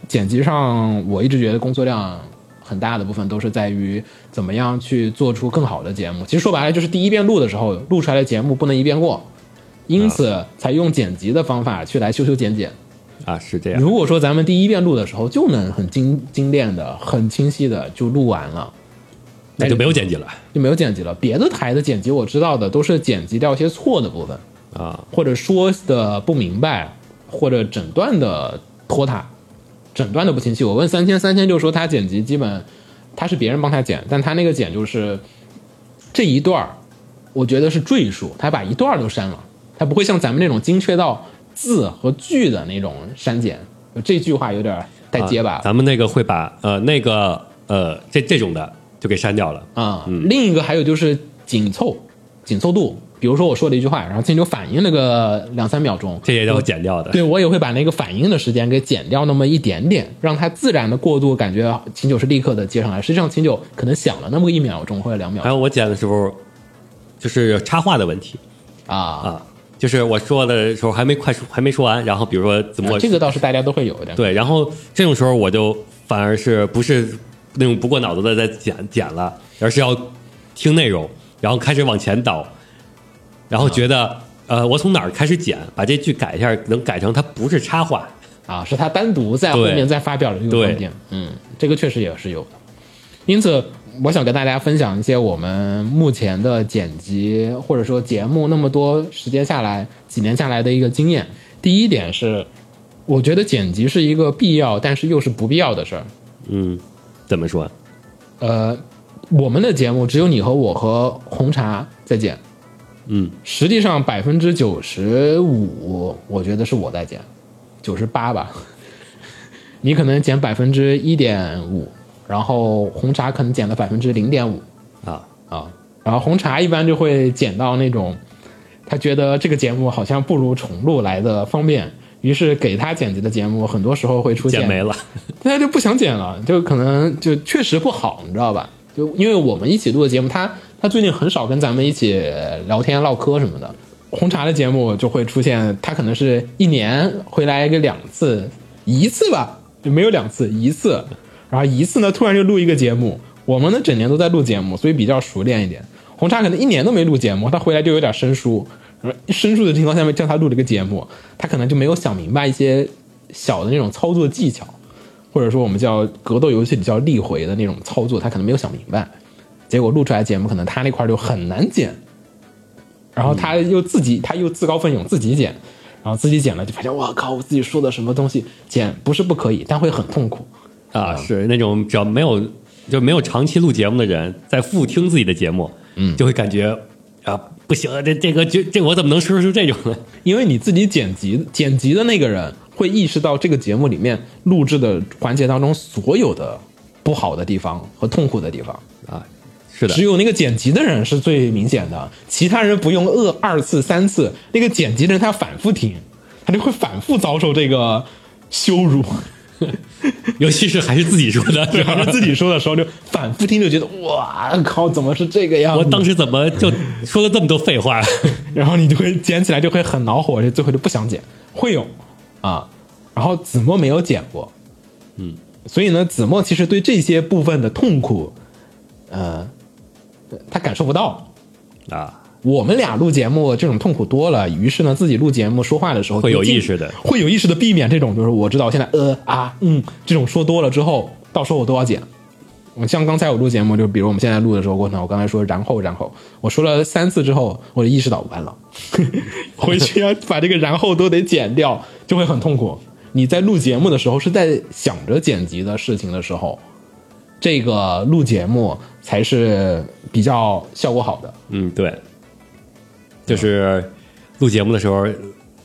[SPEAKER 1] 剪辑上我一直觉得工作量很大的部分都是在于怎么样去做出更好的节目。其实说白了就是第一遍录的时候录出来的节目不能一遍过，因此才用剪辑的方法去来修修剪剪。
[SPEAKER 2] 啊，是这样。
[SPEAKER 1] 如果说咱们第一遍录的时候就能很精精炼的、很清晰的就录完了。
[SPEAKER 2] 那就没有剪辑了
[SPEAKER 1] 就没有剪辑了。别的台的剪辑我知道的都是剪辑掉一些错的部分，
[SPEAKER 2] 啊。
[SPEAKER 1] 或者说的不明白，或者诊断的拖沓，诊断的不清晰。我问三千，三千就说他剪辑基本他是别人帮他剪，但他那个剪就是这一段儿，我觉得是赘述，他把一段儿都删了，他不会像咱们那种精确到字和句的那种删减。就这句话有点儿带结巴
[SPEAKER 2] 啊，咱们那个会把呃那个呃这这种的就给删掉了。
[SPEAKER 1] 啊、另一个还有就是紧凑，紧凑度。比如说我说了一句话，然后金牛反应了个两三秒钟，
[SPEAKER 2] 这也要剪 掉的。
[SPEAKER 1] 对我也会把那个反应的时间给减掉那么一点点，让它自然的过渡，感觉秦九是立刻的接上来。实际上秦九可能想了那么一秒钟或者两秒
[SPEAKER 2] 还有我剪的时候，就是插话的问题
[SPEAKER 1] 啊啊，
[SPEAKER 2] 啊，就是我说的时候还没快说还没说完，然后比如说怎么
[SPEAKER 1] 啊这个倒是大家都会有的。
[SPEAKER 2] 对，然后这种时候我就反而是不是那种不过脑子的在剪剪了，而是要听内容，然后开始往前倒，然后觉得、呃我从哪儿开始剪，把这句改一下，能改成它不是插话。
[SPEAKER 1] 啊，是他单独在后
[SPEAKER 2] 对
[SPEAKER 1] 面再发表了一个观点。嗯，这个确实也是有的。因此，我想跟大家分享一些我们目前的剪辑或者说节目那么多时间下来，几年下来的一个经验。第一点是，我觉得剪辑是一个必要但是又是不必要的事儿。
[SPEAKER 2] 嗯，怎么说？
[SPEAKER 1] 呃，我们的节目只有你和我和红茶在剪，
[SPEAKER 2] 嗯，
[SPEAKER 1] 实际上百分之九十五，我觉得是我在剪，九十八吧， 你可能减百分之一点五，然后红茶可能减了百分之零点五
[SPEAKER 2] 啊
[SPEAKER 1] 啊，然后红茶一般就会减到那种，他觉得这个节目好像不如重录来的方便，于是给他剪辑的节目很多时候会出现
[SPEAKER 2] 剪没了。
[SPEAKER 1] 大家就不想剪了，就可能就确实不好，你知道吧？就因为我们一起录的节目，他他最近很少跟咱们一起聊天唠嗑什么的。红茶的节目就会出现，他可能是一年回来个两次，一次吧，就没有两次，一次，然后一次呢突然就录一个节目。我们呢整年都在录节目，所以比较熟练一点。红茶可能一年都没录节目，他回来就有点生疏，然后生疏的情况下面叫他录了一个节目，他可能就没有想明白一些小的那种操作技巧。或者说我们叫格斗游戏里叫力回的那种操作，他可能没有想明白，结果录出来节目可能他那块儿就很难剪，然后他又自己他又自告奋勇自己剪，然后自己剪了就发现我靠，我自己说的什么东西剪不是不可以，但会很痛苦。
[SPEAKER 2] 啊，是那种只要没有就没有长期录节目的人，在复听自己的节目，嗯，就会感觉啊不行，这这个这这我怎么能说出这种呢？
[SPEAKER 1] 因为你自己剪辑剪辑的那个人会意识到这个节目里面录制的环节当中所有的不好的地方和痛苦的地方，
[SPEAKER 2] 啊，是的
[SPEAKER 1] 只，有那个剪辑的人是最明显的，其他人不用恶二次、三次， 那个剪辑的人他反复听，他就会反复遭受这个羞辱。
[SPEAKER 2] 尤其是还是自己说 的，是
[SPEAKER 1] 对，反
[SPEAKER 2] 吧
[SPEAKER 1] 正自己说的时候就反复听，就觉得哇靠，怎么是这个样子？
[SPEAKER 2] 我当时怎么就说了这么多废话？
[SPEAKER 1] 然后你就会捡起来就会很恼火，就最后就不想捡。会有啊，然后子墨没有捡过，嗯，所以呢，子墨其实对这些部分的痛苦，呃，他感受不到。
[SPEAKER 2] 啊，
[SPEAKER 1] 我们俩录节目这种痛苦多了，于是呢，自己录节目说话的时候
[SPEAKER 2] 会有
[SPEAKER 1] 就尽
[SPEAKER 2] 意识的
[SPEAKER 1] 会有意识的避免这种，就是我知道我现在呃啊嗯这种说多了之后，到时候我都要剪。我像刚才我录节目，就比如我们现在录的时候过程当中，我刚才说然后然后，我说了三次之后，我就意识到完了， 回去要把这个然后都得剪掉，就会很痛苦。你在录节目的时候是在想着剪辑的事情的时候，这个录节目才是比较效果好的。
[SPEAKER 2] 嗯，对，就是录节目的时候，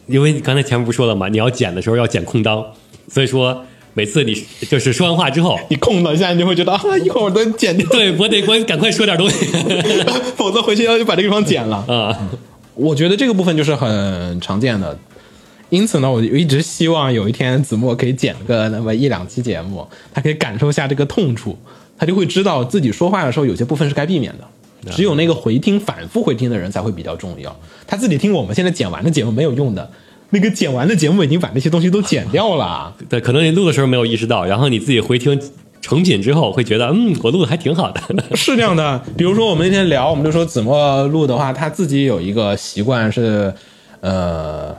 [SPEAKER 2] 因为你刚才前面不是说了嘛，你要剪的时候要剪空档，所以说每次你就是说完话之后，
[SPEAKER 1] 你空了一下，你就会觉得啊， 一会儿我都剪掉，
[SPEAKER 2] 对我得我赶快说点东 西
[SPEAKER 1] 否则回去要把这个地方剪了。
[SPEAKER 2] 啊，
[SPEAKER 1] 我觉得这个部分就是很常见的，因此呢，我一直希望有一天子墨可以剪个那么一两期节目，他可以感受一下这个痛处，他就会知道自己说话的时候有些部分是该避免的。只有那个回听、反复回听的人才会比较重要。他自己听我们现在剪完的节目没有用的，那个剪完的节目已经把那些东西都剪掉了。
[SPEAKER 2] 对，可能你录的时候没有意识到，然后你自己回听成品之后会觉得，嗯，我录的还挺好的，
[SPEAKER 1] 是这样的，比如说我们那天聊，我们就说子墨录的话，他自己有一个习惯是，呃，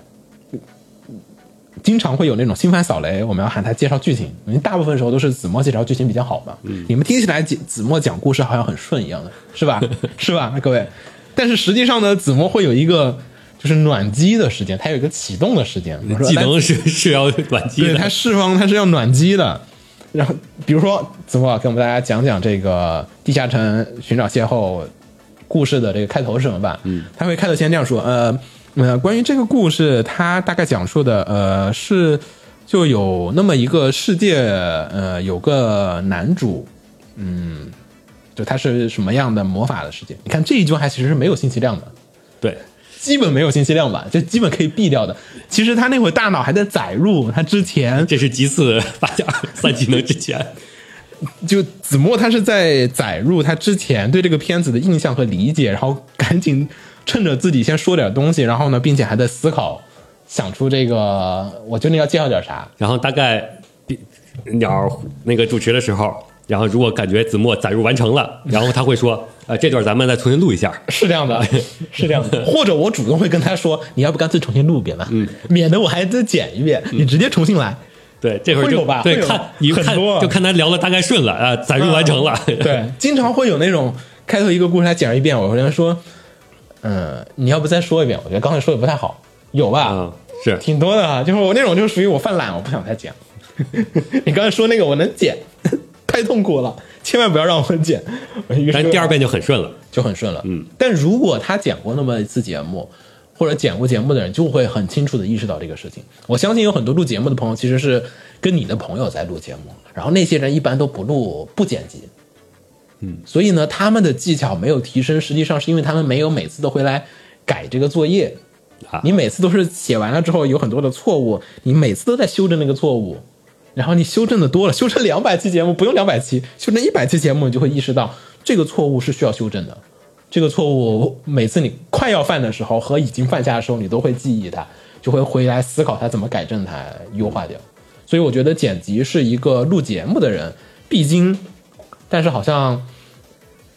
[SPEAKER 1] 经常会有那种新番扫雷，我们要喊他介绍剧情，因为大部分时候都是子墨介绍剧情比较好嘛。你们听起来子子墨讲故事好像很顺一样的，是吧？是吧，各位？但是实际上呢，子墨会有一个就是暖机的时间，他有一个启动的时间，比如说
[SPEAKER 2] 技
[SPEAKER 1] 来
[SPEAKER 2] 能是是要短期
[SPEAKER 1] 对，
[SPEAKER 2] 的
[SPEAKER 1] 它，释放它是要暖机的。然后比如说，子墨给我们大家讲讲这个地下城寻找邂逅故事的这个开头是什么吧？嗯，他会开头先这样说，呃呃，关于这个故事，它大概讲述的呃是就有那么一个世界，呃，有个男主，嗯。就他是什么样的魔法的世界？你看这一句话其实是没有信息量的，
[SPEAKER 2] 对，
[SPEAKER 1] 基本没有信息量吧，就基本可以避掉的。其实他那会儿大脑还在载入他之前
[SPEAKER 2] 这是几次发现 三技能之前，
[SPEAKER 1] 就子墨他是在载入他之前对这个片子的印象和理解，然后赶紧趁着自己先说点东西，然后呢，并且还在思考，想出这个我究竟要介绍点 啥。
[SPEAKER 2] 然后大概比鸟儿那个主持的时候，然后如果感觉子墨载入完成了，然后他会说，呃，这段咱们再重新录一下，
[SPEAKER 1] 是这样的， 是这样的，嗯或者我主动会跟他说，你要不干脆重新录一遍吧，免得我还得剪一遍，你直接重新来。
[SPEAKER 2] 对，这会儿
[SPEAKER 1] 会
[SPEAKER 2] 就
[SPEAKER 1] 有吧
[SPEAKER 2] 对
[SPEAKER 1] 会有
[SPEAKER 2] 看一
[SPEAKER 1] 很
[SPEAKER 2] 看
[SPEAKER 1] 多嗯
[SPEAKER 2] 就看他聊的大概顺了啊，载入完成了，
[SPEAKER 1] 对， 经常会有那种开头一个故事他讲一遍，我会跟他说，嗯，你要不再说一遍？我觉得刚才说的不太好，有吧？
[SPEAKER 2] 嗯，是
[SPEAKER 1] 挺多的啊，就是我那种就是属于我犯懒，我不想再剪。 你刚才说那个我能剪， 太痛苦了，千万不要让我剪。于是
[SPEAKER 2] 但第二遍就很顺了，
[SPEAKER 1] 就很顺了，嗯。但如果他剪过那么一次节目，或者剪过节目的人，就会很清楚的意识到这个事情。我相信有很多录节目的朋友，其实是跟你的朋友在录节目，然后那些人一般都不录不剪辑，嗯。所以呢，他们的技巧没有提升，实际上是因为他们没有每次都回来改这个作业，
[SPEAKER 2] 啊
[SPEAKER 1] 你每次都是写完了之后有很多的错误，你每次都在修正那个错误，然后你修正的多了，修正两百期节目不用两百期，修正一百期节目，你就会意识到这个错误是需要修正的。这个错误每次你快要犯的时候和已经犯下的时候，你都会记忆它，就会回来思考它怎么改正它、优化掉。所以我觉得剪辑是一个录节目的人必经，但是好像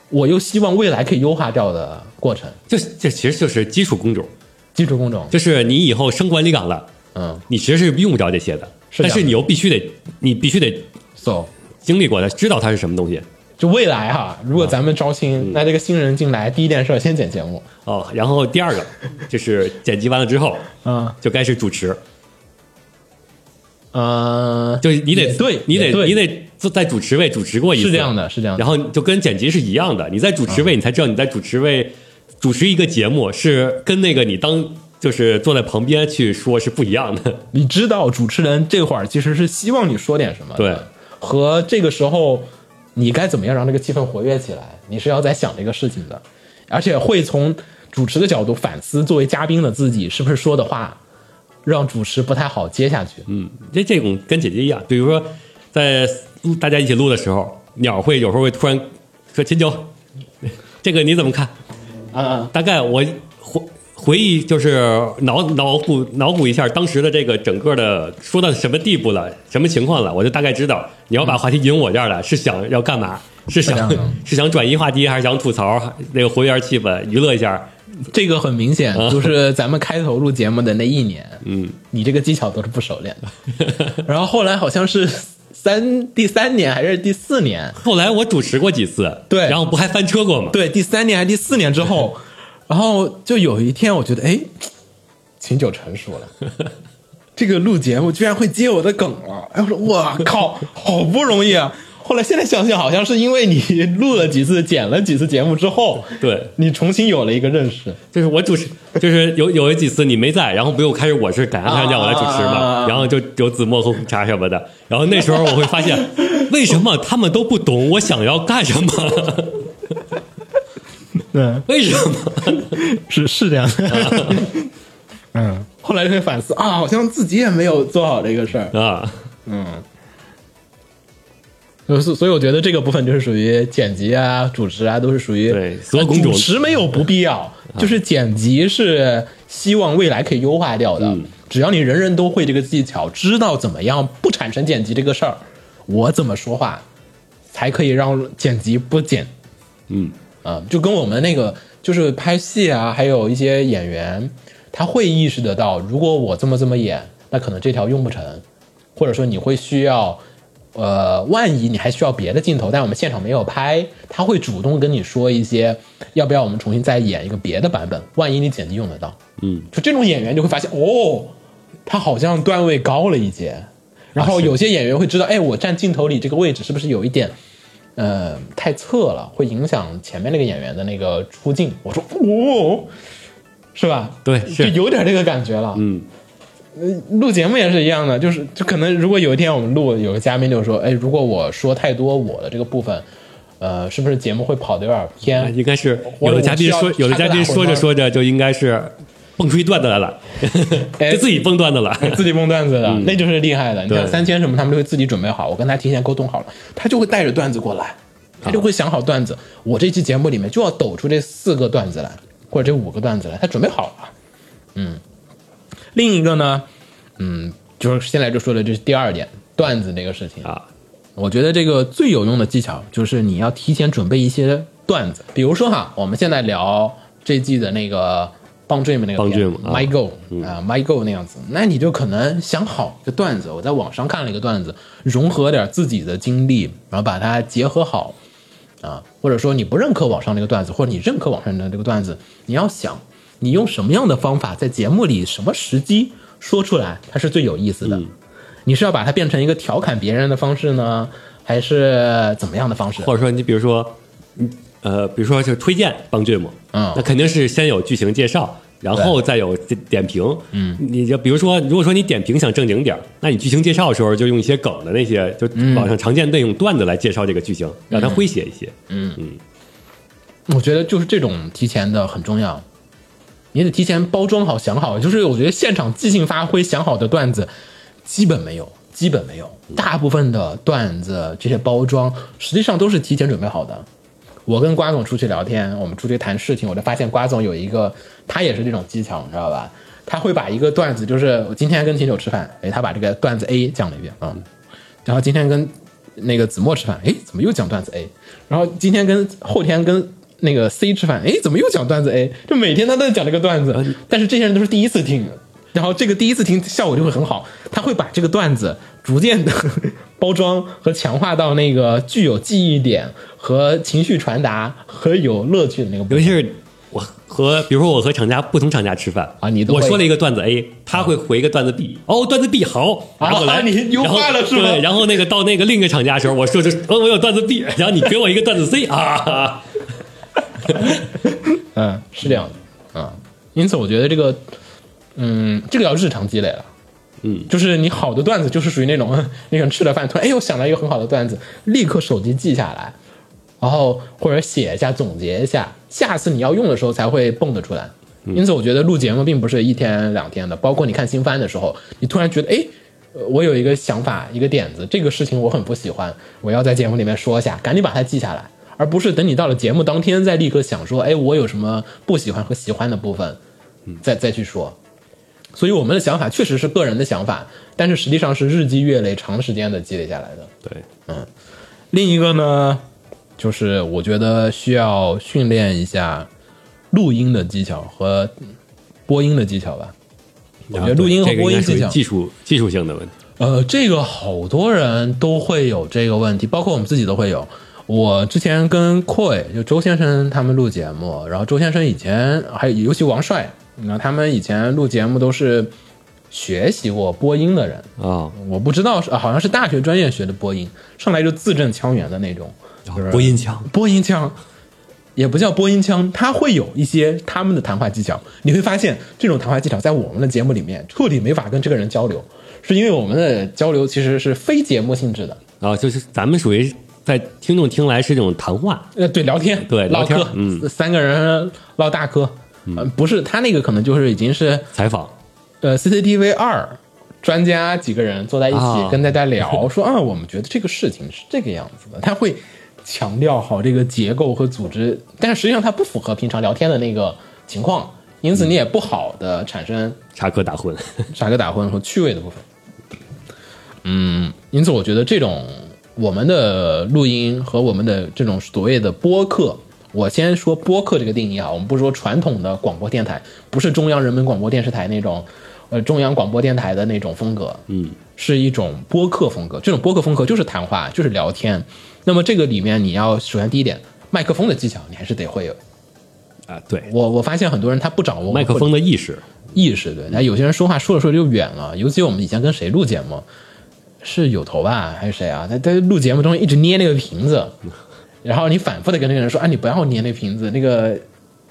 [SPEAKER 1] 我又希望未来可以优化掉的过程。
[SPEAKER 2] 就这其实就是基础工种，
[SPEAKER 1] 基础工种，
[SPEAKER 2] 就是你以后升管理岗了，
[SPEAKER 1] 嗯
[SPEAKER 2] 你其实是用不着这些的，
[SPEAKER 1] 是这
[SPEAKER 2] 但
[SPEAKER 1] 样
[SPEAKER 2] 是你又必须得你必须得
[SPEAKER 1] ，so。
[SPEAKER 2] 经历过它，知道它是什么东西
[SPEAKER 1] 就未来哈，如果咱们招新，那这个新人进来，第一件事儿先剪节目，
[SPEAKER 2] 哦。然后第二个就是剪辑完了之后，
[SPEAKER 1] 嗯
[SPEAKER 2] 就该是主持，
[SPEAKER 1] 呃，
[SPEAKER 2] 就是你得
[SPEAKER 1] 也对，
[SPEAKER 2] 你
[SPEAKER 1] 也
[SPEAKER 2] 得
[SPEAKER 1] 对
[SPEAKER 2] 你得坐在主持位主持过一次，
[SPEAKER 1] 是这样的，是这样的嗯
[SPEAKER 2] 然，后就跟剪辑是一样的，你在主持位，你才知道你在主持位主持一个节目是跟那个你当就是坐在旁边去说是不一样的。
[SPEAKER 1] 你知道主持人这会儿其实是希望你说点什么的，
[SPEAKER 2] 对
[SPEAKER 1] 和这个时候你该怎么样让这个气氛活跃起来，你是要在想这个事情的，而且会从主持的角度反思作为嘉宾的自己是不是说的话让主持不太好接下去。
[SPEAKER 2] 嗯，这这种跟姐姐一样，比如说在录大家一起录的时候，鸟会有时候会突然说：“秦九，这个你怎么看？”
[SPEAKER 1] 啊，
[SPEAKER 2] 大概我回回忆就是脑脑补脑补一下当时的这个整个的说到什么地步了，什么情况了，我就大概知道你要把话题引我这儿来，是想要干嘛？是想
[SPEAKER 1] 这样的
[SPEAKER 2] 是想转移话题，还是想吐槽那个活跃一下气氛，娱乐一下？
[SPEAKER 1] 这个很明显，就是咱们开头录节目的那一年，嗯，你这个技巧都是不熟练的。 然后后来好像是三第三年还是第四年，
[SPEAKER 2] 后来我主持过几次，
[SPEAKER 1] 对
[SPEAKER 2] 然后不还翻车过吗？
[SPEAKER 1] 对，第三年还是第四年之 后，然后就有一天我觉得，哎，秦九成熟了。 这个录节目居然会接我的梗了，哎，我说我靠，好不容易啊！后来现在想想，好像是因为你 录了几次、剪了几次节目之后，
[SPEAKER 2] 对
[SPEAKER 1] 你重新有了一个认识。
[SPEAKER 2] 就是我主持，就是有有几次你没在，然后不又开始我是改他让我来主持
[SPEAKER 1] 啊啊啊
[SPEAKER 2] 嘛，
[SPEAKER 1] 啊
[SPEAKER 2] 然后就有子墨和红茶什么的，然后那时候我会发现，为什么他们都不懂我想要干什么？
[SPEAKER 1] 嗯，
[SPEAKER 2] 为什么？
[SPEAKER 1] 是是这样 的。嗯，后来就会反思啊，好像自己也没有做好这个事儿。
[SPEAKER 2] 啊，
[SPEAKER 1] 呃所所以我觉得这个部分就是属于剪辑啊、主持啊，都是属于
[SPEAKER 2] 对所有工种嗯
[SPEAKER 1] 主持没有不必要，就是剪辑是希望未来可以优化掉
[SPEAKER 2] 嗯
[SPEAKER 1] 的。只要你人人都会这个技巧，知道怎么样不产生剪辑这个事儿，我怎么说话才可以让剪辑不剪
[SPEAKER 2] 嗯，
[SPEAKER 1] 啊、就跟我们那个就是拍戏啊，还有一些演员，他会意识得到，如果我这么这么演，那可能这条用不成，或者说你会需要，呃，万一你还需要别的镜头，但我们现场没有拍，他会主动跟你说一些，要不要我们重新再演一个别的版本，万一你剪辑用得到，
[SPEAKER 2] 嗯，
[SPEAKER 1] 就这种演员就会发现，哦，他好像段位高了一截。然后有些演员会知道，哎，我站镜头里这个位置是不是有一点呃太侧了，会影响前面那个演员的那个出镜。我说哦，是吧？
[SPEAKER 2] 对
[SPEAKER 1] 就是有点这个感觉了。呃
[SPEAKER 2] 嗯
[SPEAKER 1] 录节目也是一样的，就是就可能如果有一天我们录，有个嘉宾就说，哎，如果我说太多我的这个部分，呃，是不是节目会跑得有点
[SPEAKER 2] 啊
[SPEAKER 1] 偏？
[SPEAKER 2] 应该是
[SPEAKER 1] 我
[SPEAKER 2] 有的嘉宾
[SPEAKER 1] 我
[SPEAKER 2] 说，
[SPEAKER 1] 需要
[SPEAKER 2] 有的嘉宾说着说着就应该是蹦出一段子来了，
[SPEAKER 1] 哎
[SPEAKER 2] 就自己蹦段子了。
[SPEAKER 1] 自己蹦段子的，那就是厉害的。你看
[SPEAKER 2] 对
[SPEAKER 1] 三千什么，他们都会自己准备好，我跟他提前沟通好了，他就会带着段子过来，他就会想好段子。我这期节目里面就要抖出这四个段子来，或者这五个段子来，他准备好了。嗯，另一个呢，嗯，就是现在就说的，这是第二点，段子这个事情
[SPEAKER 2] 啊。
[SPEAKER 1] 我觉得这个最有用的技巧就是你要提前准备一些段子，比如说哈，我们现在聊这季的那个帮 dream 那个
[SPEAKER 2] 帮 Dream，啊
[SPEAKER 1] m y Go 啊 My Go 那样子，那你就可能想好一个段子，我在网上看了一个段子，融合点自己的经历，然后把它结合好啊，或者说你不认可网上那个段子，或者你认可网上的这个段子，你要想你用什么样的方法在节目里什么时机说出来，它是最有意思的。你是要把它变成一个调侃别人的方式呢，还是怎么样的方式？
[SPEAKER 2] 或者说你比如说，嗯呃，比如说是推荐帮 dream，
[SPEAKER 1] 嗯
[SPEAKER 2] 那肯定是先有剧情介绍，然后再有点点评，嗯，你就比如说，如果说你点评想正经点儿，那你剧情介绍的时候就用一些梗的那些，就
[SPEAKER 1] 嗯
[SPEAKER 2] 网上常见那种段子来介绍这个剧情，让它诙谐一些，
[SPEAKER 1] 我觉得就是这种提前的很重要，你得提前包装好、想好。就是我觉得现场即兴发挥想好的段子，基本没有，基本没有。大部分的段子这些包装，实际上都是提前准备好的。我跟瓜总出去聊天，我们出去谈事情，我就发现瓜总有一个，他也是这种技巧，你知道吧？他会把一个段子，就是我今天跟秦九吃饭，哎，他把这个段子 A 讲了一遍啊、嗯然后今天跟那个子墨吃饭，哎，怎么又讲段子 A？然后今天跟后天跟那个 C 吃饭，哎，怎么又讲段子 A？就每天他都在讲这个段子，但是这些人都是第一次听，然后这个第一次听效果就会很好，他会把这个段子逐渐的 包装和强化到那个具有记忆点和情绪传达和有乐趣的那个部
[SPEAKER 2] 尤
[SPEAKER 1] 分。
[SPEAKER 2] 其是我和比如说我和厂家不同厂家吃饭
[SPEAKER 1] 啊你都
[SPEAKER 2] 我
[SPEAKER 1] 会
[SPEAKER 2] 说了一个段子 A，他会回一个段子 B，哦，段子 B 好，拿过来，
[SPEAKER 1] 啊你优
[SPEAKER 2] 然后
[SPEAKER 1] 化了是吗
[SPEAKER 2] 对，然后那个到那个另一个厂家的时候，我说就是哦，我有段子 B，然后你给我一个段子 C 啊，
[SPEAKER 1] 嗯，是这样的，嗯，因此我觉得这个，嗯，这个要日常积累了。
[SPEAKER 2] 嗯，
[SPEAKER 1] 就是你好的段子，就是属于那种， 那种吃了饭突然，哎，我想到一个很好的段子，立刻手机记下来，然后或者写一下，总结一下，下次你要用的时候才会蹦得出来。因此，我觉得录节目并不是一天两天的，包括你看新番的时候，你突然觉得，哎，呃我有一个想法，一个点子，这个事情我很不喜欢，我要在节目里面说一下，赶紧把它记下来，而不是等你到了节目当天再立刻想说，哎，我有什么不喜欢和喜欢的部分，再再去说。所以我们的想法确实是个人的想法，但是实际上是日积月累、长时间的积累下来的。
[SPEAKER 2] 对，
[SPEAKER 1] 另一个呢，就是我觉得需要训练一下录音的技巧和播音的技巧吧。我觉得录音和
[SPEAKER 2] 这个
[SPEAKER 1] 播
[SPEAKER 2] 应
[SPEAKER 1] 音
[SPEAKER 2] 该属
[SPEAKER 1] 技
[SPEAKER 2] 于
[SPEAKER 1] 巧，
[SPEAKER 2] 技术技术性的问题。
[SPEAKER 1] 呃，这个好多人都会有这个问题，包括我们自己都会有。我之前跟 Koi 就周先生他们录节目，然后周先生以前还有尤其王帅，然后他们以前录节目都是学习过播音的人，
[SPEAKER 2] 啊，
[SPEAKER 1] 我不知道是、啊好像是大学专业学的播音，上来就字正腔圆的那种，就是
[SPEAKER 2] 啊播音腔，
[SPEAKER 1] 播音腔，也不叫播音腔，它会有一些他们的谈话技巧。你会发现，这种谈话技巧在我们的节目里面彻底没法跟这个人交流，是因为我们的交流其实是非节目性质的。
[SPEAKER 2] 啊，就是咱们属于在听众听来是这种谈话，
[SPEAKER 1] 呃，对，聊天，
[SPEAKER 2] 对
[SPEAKER 1] 唠
[SPEAKER 2] 聊天
[SPEAKER 1] 嗑，
[SPEAKER 2] 嗯
[SPEAKER 1] 三三个人唠大嗑。嗯、不是，他那个可能就是已经是
[SPEAKER 2] 采访，
[SPEAKER 1] 呃 CCTV 二专家几个人坐在一起、
[SPEAKER 2] 啊
[SPEAKER 1] 跟大家聊， 说啊，我们觉得这个事情是这个样子的，他会强调好这个结构和组织，但是实际上它不符合平常聊天的那个情况，因此你也不好的产生
[SPEAKER 2] 插科打 诨，
[SPEAKER 1] 傻哥打混和趣味的部分。嗯，因此我觉得这种我们的录音和我们的这种所谓的播客，我先说播客这个定义啊，我们不说传统的广播电台，不是中央人民广播电视台那种，呃，中央广播电台的那种风格，嗯，是一种播客风格。这种播客风格就是谈话，就是聊天。那么这个里面，你要首先第一点，麦克风的技巧你还是得会有。
[SPEAKER 2] 啊，对，
[SPEAKER 1] 我我发现很多人他不掌握
[SPEAKER 2] 麦克
[SPEAKER 1] 或者
[SPEAKER 2] 风的意识，
[SPEAKER 1] 意识，对。那有些人说话说着说着就远了，尤其我们以前跟谁录节目，是有头吧还是谁啊？他他录节目中一直捏那个瓶子，然后你反复的跟那个人说啊，你不要捏那瓶子，那个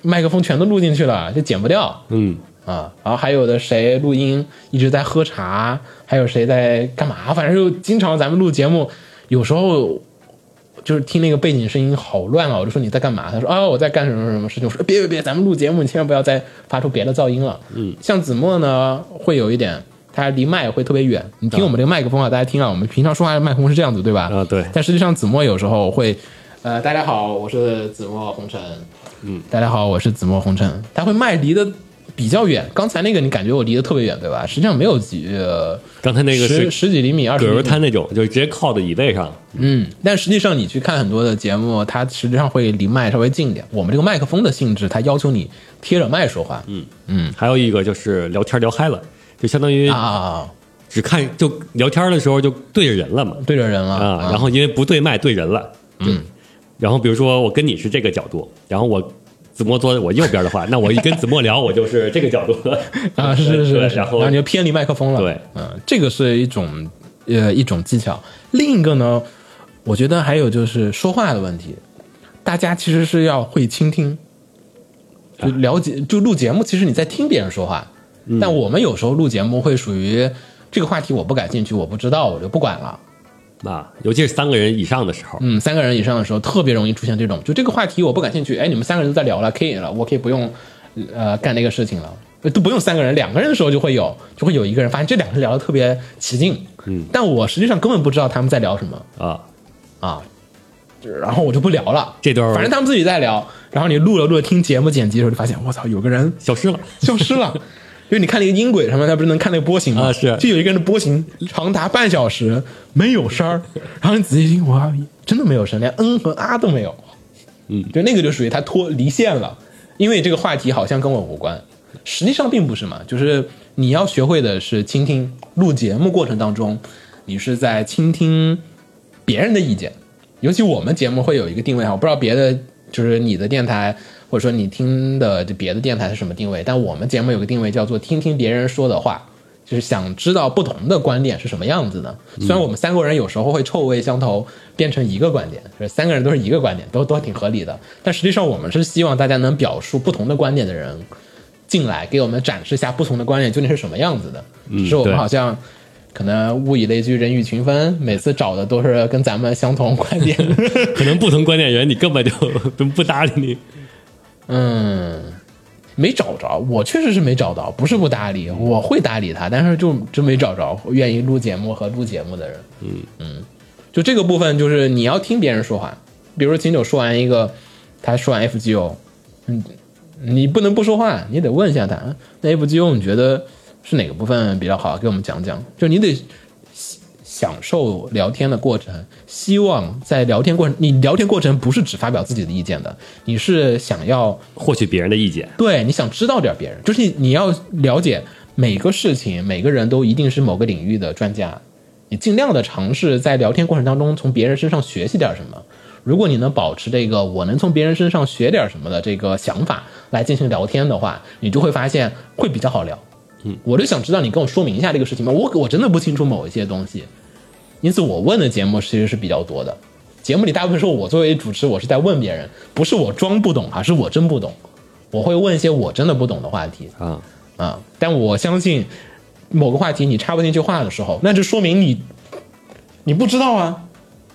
[SPEAKER 1] 麦克风全都录进去了，就剪不掉。
[SPEAKER 2] 嗯，
[SPEAKER 1] 啊，然后还有的谁录音一直在喝茶，还有谁在干嘛？反正就经常咱们录节目，有时候就是听那个背景声音好乱啊，我就说你在干嘛？他说啊、我在干什么什么事情。我说别别别，咱们录节目，你千万不要再发出别的噪音了。嗯，像子墨呢，会有一点，他离麦会特别远。你听我们这个麦克风啊，大家听啊，我们平常说话的麦克风是这样子，对吧？
[SPEAKER 2] 啊对
[SPEAKER 1] 但实际上子墨有时候会，呃，大家好，我是子墨红尘。嗯，大家好，我是子墨红尘。他会麦离的比较远，刚才那个你感觉我离得特别远，对吧？实际上没有几，呃、
[SPEAKER 2] 刚才那个
[SPEAKER 1] 十
[SPEAKER 2] 是
[SPEAKER 1] 十几厘米、二十
[SPEAKER 2] 葛
[SPEAKER 1] 厘
[SPEAKER 2] 优
[SPEAKER 1] 米。
[SPEAKER 2] 瘫那种，就是直接靠在椅背上，
[SPEAKER 1] 嗯，但实际上你去看很多的节目，它实际上会离麦稍微近一点。我们这个麦克风的性质，它要求你贴着麦说话。嗯
[SPEAKER 2] 还有一个就是聊天聊嗨了，就相当于
[SPEAKER 1] 啊啊啊，啊
[SPEAKER 2] 只看就聊天的时候就对着人了嘛，
[SPEAKER 1] 对着人了
[SPEAKER 2] 啊，然后因为不对麦对人了，嗯，然后比如说我跟你是这个角度，然后我子墨坐在我右边 的话，那我一跟子墨聊，我就是这个角度
[SPEAKER 1] 啊，是是
[SPEAKER 2] 对
[SPEAKER 1] 是是，
[SPEAKER 2] 然后
[SPEAKER 1] 你就偏离麦克风了。
[SPEAKER 2] 对，
[SPEAKER 1] 嗯、这个是一种呃一种技巧。另一个呢，我觉得还有就是说话的问题，大家其实是要会倾听，就
[SPEAKER 2] 啊
[SPEAKER 1] 了解就录节目，其实你在听别人说话，
[SPEAKER 2] 嗯
[SPEAKER 1] 但我们有时候录节目会属于这个话题我不感兴趣，我不知道，我就不管了。
[SPEAKER 2] 啊，尤其是三个人以上的时候，
[SPEAKER 1] 嗯，三个人以上的时候，特别容易出现这种，就这个话题我不感兴趣，哎，你们三个人都在聊了，可以了，我可以不用呃干那个事情了，呃都不用三个人，两个人的时候就会有，就会有一个人发现这两个人聊的特别起劲，嗯，但我实际上根本不知道他们在聊什么
[SPEAKER 2] 啊，
[SPEAKER 1] 啊，然后我就不聊了，
[SPEAKER 2] 这段儿
[SPEAKER 1] 反正他们自己在聊，然后你录着录着听节目剪辑的时候，就发现我操，有个人
[SPEAKER 2] 消失了，
[SPEAKER 1] 消失了。 因为你看那个音轨上面，它不是能看那个波形吗？
[SPEAKER 2] 啊是
[SPEAKER 1] 就有一个人的波形长达半小时没有声 儿，然后你仔细听，哇，真的没有声，连嗯和啊都没有。嗯，就那个就属于他脱离线了，因为这个话题好像跟我无关，实际上并不是嘛。就是你要学会的是倾听，录节目过程当中，你是在倾听别人的意见，尤其我们节目会有一个定位哈，我不知道别的就是你的电台或者说你听的这别的电台是什么定位，但我们节目有个定位叫做听听别人说的话，就是想知道不同的观点是什么样子的。虽然我们三个人有时候会臭味相投，变成一个观点，就是三个人都是一个观点，都都挺合理的。但实际上我们是希望大家能表述不同的观点的人进来，给我们展示一下不同的观点究竟是什么样子的。只是我们
[SPEAKER 2] 对
[SPEAKER 1] 好像。可能物以类聚，人以群分。每次找的都是跟咱们相同观点。
[SPEAKER 2] 可能不同观点人你根本就不搭理你，
[SPEAKER 1] 嗯，没找着，我确实是没找着，不是不搭理，我会搭理他，但是就真没找着愿意录节目和录节目的人。嗯嗯，就这个部分，就是你要听别人说话，比如秦九说完一个，嗯他说完 FGO，嗯，你不能不说话，你得问一下他，那 FGO 你觉得是哪个部分比较好？给我们讲讲，就你得享受聊天的过程，希望在聊天过程，你聊天过程不是只发表自己的意见的，你是想要
[SPEAKER 2] 获取别人的意见，
[SPEAKER 1] 对你想知道点别人，就是你你要了解每个事情，每个人都一定是某个领域的专家，你尽量的尝试在聊天过程当中从别人身上学习点什么。如果你能保持这个我能从别人身上学点什么的这个想法来进行聊天的话，你就会发现会比较好聊。嗯，我就想知道你跟我说明一下这个事情吧，我我真的不清楚某一些东西，因此我问的节目其实是比较多的。节目里大部分时候，我作为主持，我是在问别人，不是我装不懂啊，是我真不懂。我会问一些我真的不懂的话题
[SPEAKER 2] 啊，
[SPEAKER 1] 啊、但我相信某个话题你插不进去话的时候，那就说明你你不知道啊，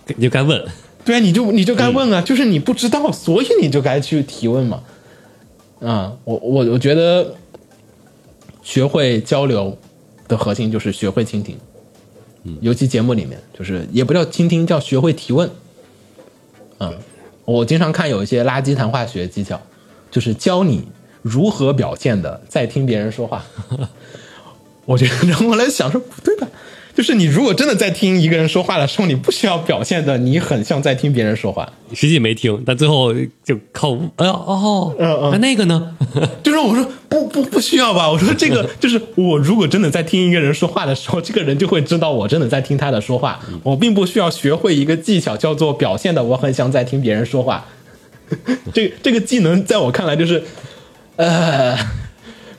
[SPEAKER 2] 你就该问。
[SPEAKER 1] 对啊，你就你就该问啊，就是你不知道，所以你就该去提问嘛。啊、我我我觉得学会交流的核心就是学会倾听，嗯，尤其节目里面，就是也不叫倾听，叫学会提问。嗯，我经常看有一些垃圾谈话学技巧，就是教你如何表现的在听别人说话。 我觉得让我来想说不对吧？就是你如果真的在听一个人说话的时候，你不需要表现的你很像在听别人说话。
[SPEAKER 2] 实际没听，但最后就靠，哎呦哦，
[SPEAKER 1] 嗯嗯
[SPEAKER 2] 那那个 呢？
[SPEAKER 1] 就是我说不不不需要吧，我说这个就是我如果真的在听一个人说话的时候，这个人就会知道我真的在听他的说话，我并不需要学会一个技巧叫做表现的我很像在听别人说话。 这个这个技能在我看来就是，呃，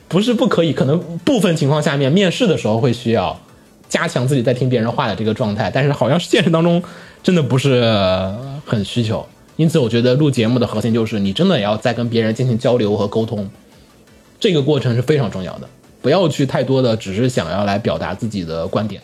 [SPEAKER 1] 不是不可以，可能部分情况下面面试的时候会需要加强自己在听别人话的这个状态，但是好像现实当中真的不是呃很需求。因此，我觉得录节目的核心就是你真的也要在跟别人进行交流和沟通，这个过程是非常重要的。不要去太多的只是想要来表达自己的观点，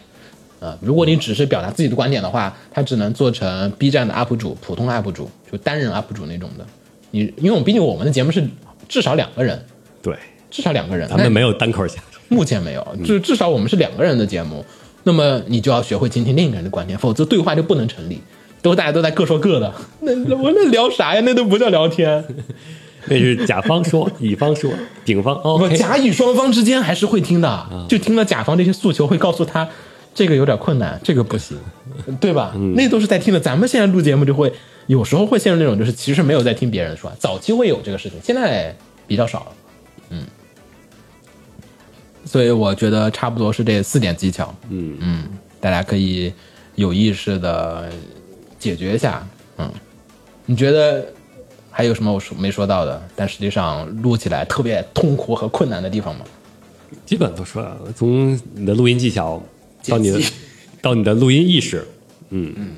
[SPEAKER 1] 呃，如果你只是表达自己的观点的话，它只能做成 B 站的 UP 主、普通 UP 主，就单人 UP 主那种的。你因为我们毕竟我们的节目是至少两个人，
[SPEAKER 2] 对，
[SPEAKER 1] 至少两个人，
[SPEAKER 2] 咱们没嗯有单口相声，
[SPEAKER 1] 目前没有，至至少我们是两个人的节目，那么你就要学会倾听另一个人的观点，否则对话就不能成立。都大家都在各说各的，那那我那聊啥呀？那都不叫聊天。
[SPEAKER 2] 那是甲方说，乙方说，丙方哦
[SPEAKER 1] 我，甲乙双方之间还是会听的，就听了甲方这些诉求，会告诉他这个有点困难，这个不行，嗯对吧？那都是在听的。咱们现在录节目就会有时候会陷入那种就是其实没有在听别人说，早期会有这个事情，现在比较少了。嗯，所以我觉得差不多是这四点技巧。嗯嗯，大家可以有意识的解决一下。嗯，你觉得还有什么我说没说到的，但实际上录起来特别痛苦和困难的地方吗？
[SPEAKER 2] 基本都说了。从你的录音技巧到你的
[SPEAKER 1] 剪辑
[SPEAKER 2] 到你的录音意识，嗯嗯，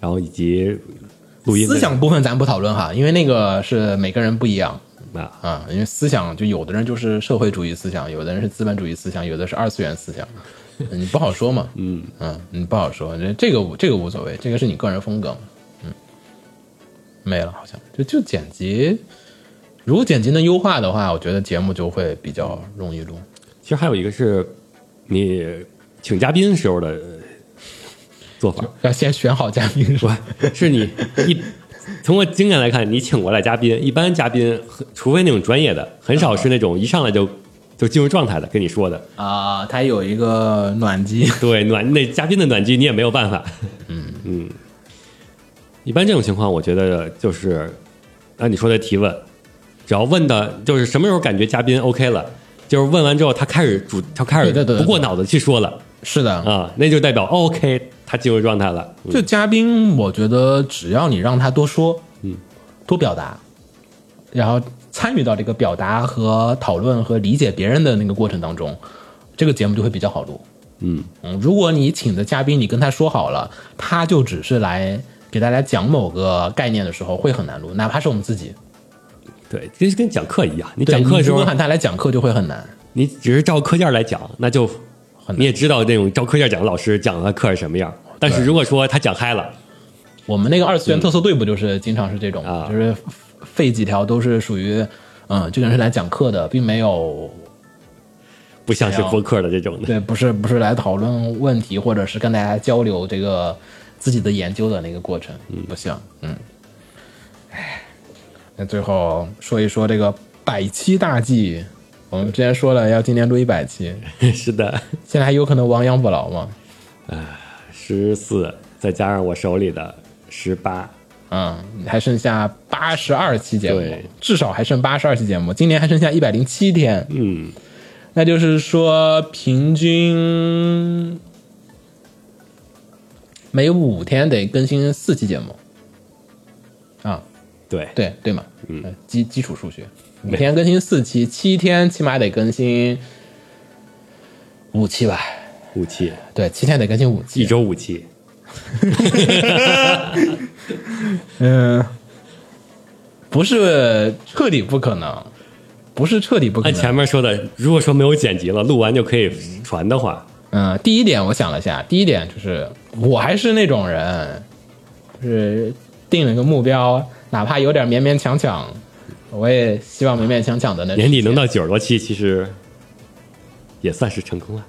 [SPEAKER 2] 然后以及录音的
[SPEAKER 1] 思想部分咱不讨论哈，因为那个是每个人不一样
[SPEAKER 2] 啊，
[SPEAKER 1] 啊、因为思想就有的人就是社会主义思想，有的人是资本主义思想，有的是二次元思想，嗯你不好说 嘛。嗯嗯，你不好说，这这个无这个无所谓，这个是你个人风格嘛。嗯，没了，好像就就剪辑，如果剪辑能优化的话，我觉得节目就会比较容易录。
[SPEAKER 2] 其实还有一个是你请嘉宾时候的呃做 法，
[SPEAKER 1] 要先选好嘉宾是吧？
[SPEAKER 2] 是你一从我经验来看，你请过来嘉宾，一般嘉宾很除非那种专业的，很少是那种一上来就就进入状态的跟你说的。
[SPEAKER 1] 啊、它有一个暖机，
[SPEAKER 2] 对，暖那嘉宾的暖机你也没有办法。嗯 嗯，一般这种情况，我觉得就是按你说的提问，只要问的就是什么时候感觉嘉宾 OK 了，就是问完之后他开始主他开始
[SPEAKER 1] 对对对对
[SPEAKER 2] 不过脑子去说了
[SPEAKER 1] 是的，
[SPEAKER 2] 啊，那就代表 OK 他进入状态了。嗯
[SPEAKER 1] 就嘉宾，我觉得只要你让他多说，嗯，多表达，然后参与到这个表达和讨论和理解别人的那个过程当中，这个节目就会比较好录。
[SPEAKER 2] 嗯
[SPEAKER 1] 嗯，如果你请的嘉宾，你跟他说好了，他就只是来给大家讲某个概念的时候，会很难录，哪怕是我们自己
[SPEAKER 2] 对，跟跟讲课一样，你
[SPEAKER 1] 对
[SPEAKER 2] 讲课的时
[SPEAKER 1] 你
[SPEAKER 2] 候
[SPEAKER 1] 如果喊他来讲课就会很难。
[SPEAKER 2] 你只是照课件来讲，那就
[SPEAKER 1] 很难
[SPEAKER 2] 你也知道那种照课件讲的老师讲的课是什么样。但是如果说他讲嗨了，
[SPEAKER 1] 我们那个二次元特搜队不就是经常是这种，
[SPEAKER 2] 啊
[SPEAKER 1] 就是废几条都是属于嗯，这个人是来讲课的，并没有
[SPEAKER 2] 不像
[SPEAKER 1] 哎
[SPEAKER 2] 是播客的这种的。
[SPEAKER 1] 对，不是不是来讨论问题，或者是跟大家交流这个自己的研究的那个过程，不像，嗯，哎，那最后说一说这个百期大计，我们之前说了要今年录一百期，
[SPEAKER 2] 是的，
[SPEAKER 1] 现在还有可能亡羊补牢吗？
[SPEAKER 2] 十四再加上我手里的十八，
[SPEAKER 1] 嗯，还剩下八十二期节目
[SPEAKER 2] 对，
[SPEAKER 1] 至少还剩八十二期节目，今年还剩下一百零七天，
[SPEAKER 2] 嗯，
[SPEAKER 1] 那就是说平均每五天得更新四期节目，啊，
[SPEAKER 2] 对，
[SPEAKER 1] 对对嘛，嗯，基基础数学，每天更新四期，七天起码得更新五期吧？
[SPEAKER 2] 五期，
[SPEAKER 1] 对，七天得更新五期，
[SPEAKER 2] 一周五期，
[SPEAKER 1] 嗯，不是彻底不可能，不是彻底不可
[SPEAKER 2] 按
[SPEAKER 1] 能。
[SPEAKER 2] 前面说的，如果说没有剪辑了，录完就可以传的话，
[SPEAKER 1] 嗯，第一点我想了一下，第一点就是我还是那种人，就是定了一个目标，哪怕有点勉勉强强，我也希望勉勉强强的那种
[SPEAKER 2] 年底能到九十多期，其实也算是成功了。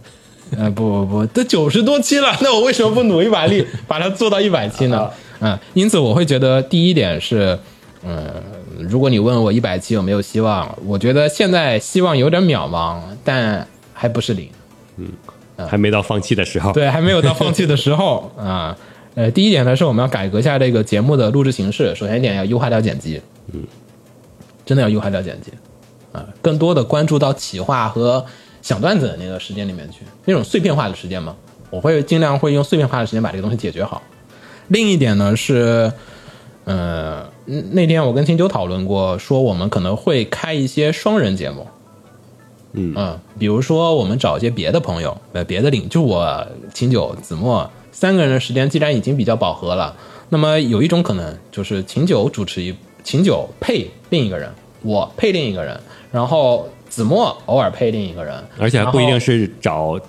[SPEAKER 1] 呃，不不不，都九十多期了，那我为什么不努一把力把它做到一百期呢？嗯，因此我会觉得第一点是，嗯，如果你问我一百期有没有希望，我觉得现在希望有点渺茫，但还不是零，
[SPEAKER 2] 还没到放弃的时候。，
[SPEAKER 1] 对，还没有到放弃的时候啊。呃，第一点呢是我们要改革一下这个节目的录制形式，首先一点要优化掉剪辑，嗯，真的要优化掉剪辑啊，更多的关注到企划和想段子的那个时间里面去，那种碎片化的时间嘛，我会尽量会用碎片化的时间把这个东西解决好。另一点呢是，呃，嗯那天我跟青九讨论过，说我们可能会开一些双人节目。啊
[SPEAKER 2] 嗯
[SPEAKER 1] 比如说我们找一些别的朋友，呃，别的领，就我秦九、子墨三个人的时间，既然已经比较饱和了，那么有一种可能就是秦九主持一，秦九配另一个人，我配另一个人，然后子墨偶尔配另一个人，
[SPEAKER 2] 而且还不一
[SPEAKER 1] 然后
[SPEAKER 2] 定是找，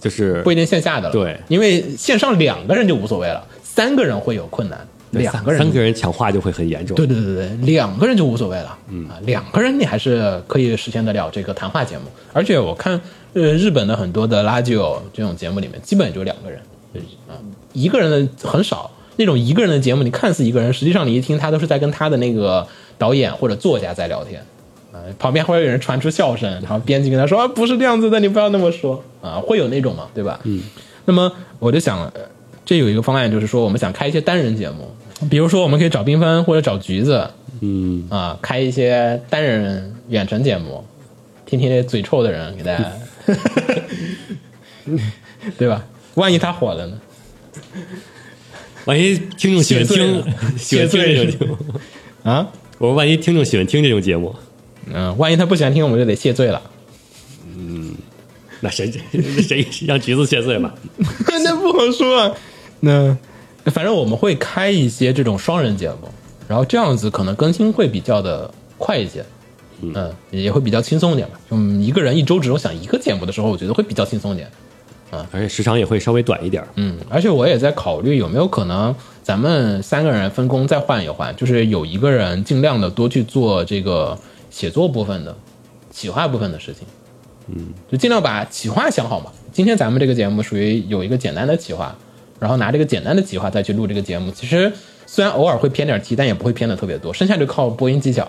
[SPEAKER 2] 就是
[SPEAKER 1] 不一定线下的了，
[SPEAKER 2] 对
[SPEAKER 1] 因为线上两个人就无所谓了，三个人会有困难，
[SPEAKER 2] 对
[SPEAKER 1] 两个人
[SPEAKER 2] 三个人强化就会很严重。
[SPEAKER 1] 对对对对，两个人就无所谓了。嗯啊，两个人你还是可以实现得了这个谈话节目。而且我看，呃，日本的很多的拉酒这种节目里面，基本也就两个人，啊，一个人的很少。那种一个人的节目，你看似一个人，实际上你一听他都是在跟他的那个导演或者作家在聊天。啊，旁边会有人传出笑声，然后编辑跟他说：“啊，不是这样子的，你不要那么说。”啊，会有那种嘛，对吧？嗯。那么我就想，呃这有一个方案，就是说我们想开一些单人节目，比如说我们可以找缤纷或者找橘子，
[SPEAKER 2] 嗯，
[SPEAKER 1] 啊，开一些单人远程节目，听听那嘴臭的人给大家， 对吧？万一他火了呢？
[SPEAKER 2] 万一听众喜欢听， 喜
[SPEAKER 1] 谢
[SPEAKER 2] 欢听
[SPEAKER 1] 罪
[SPEAKER 2] 这
[SPEAKER 1] 了
[SPEAKER 2] 种节目，
[SPEAKER 1] 啊，
[SPEAKER 2] 我说万一听众喜欢听这种节目，
[SPEAKER 1] 嗯，万一他不喜欢听，我们就得谢罪了。
[SPEAKER 2] 那谁谁让橘子谢罪吧？
[SPEAKER 1] 那不好说、啊。那反正我们会开一些这种双人节目，然后这样子可能更新会比较的快一些，嗯，也会比较轻松一点吧。嗯，一个人一周只有想一个节目的时候，我觉得会比较轻松一点。
[SPEAKER 2] 而且时长也会稍微短一点儿。
[SPEAKER 1] 嗯，而且我也在考虑有没有可能咱们三个人分工再换一换，就是有一个人尽量的多去做这个写作部分的、企划部分的事情。嗯，就尽量把企划想好嘛。今天咱们这个节目属于有一个简单的企划，然后拿这个简单的企划再去录这个节目。其实虽然偶尔会偏点题，但也不会偏的特别多，剩下就靠播音技 巧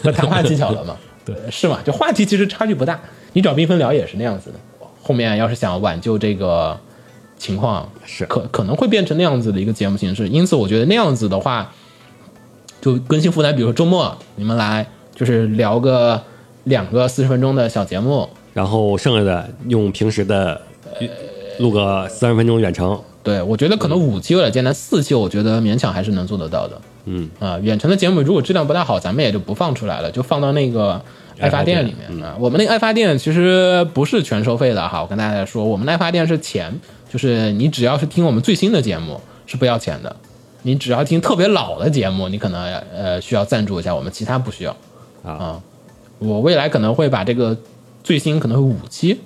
[SPEAKER 1] 和谈话技巧了嘛。对，是嘛？就话题其实差距不大，你找缤纷聊也是那样子的。后面要是想挽救这个情况，
[SPEAKER 2] 是
[SPEAKER 1] 可可能会变成那样子的一个节目形式。因此，我觉得那样子的话，就更新负担，比如说周末你们来，就是聊个两个四十分钟的小节目，
[SPEAKER 2] 然后剩下的用平时的呃录个三十分钟远程，
[SPEAKER 1] 对，我觉得可能五期有点艰难，四期我觉得勉强还是能做得到的。
[SPEAKER 2] 嗯
[SPEAKER 1] 啊、远程的节目如果质量不太好，咱们也就不放出来了，就放到那个爱发店里面啊、我们那个爱发店其实不是全收费的哈，我跟大家说，我们的爱发店是钱，就是你只要是听我们最新的节目是不要钱的，你只要听特别老的节目，你可能呃需要赞助一下我们，其他不需要。
[SPEAKER 2] 啊
[SPEAKER 1] 我未来可能会把这个最新可能会五期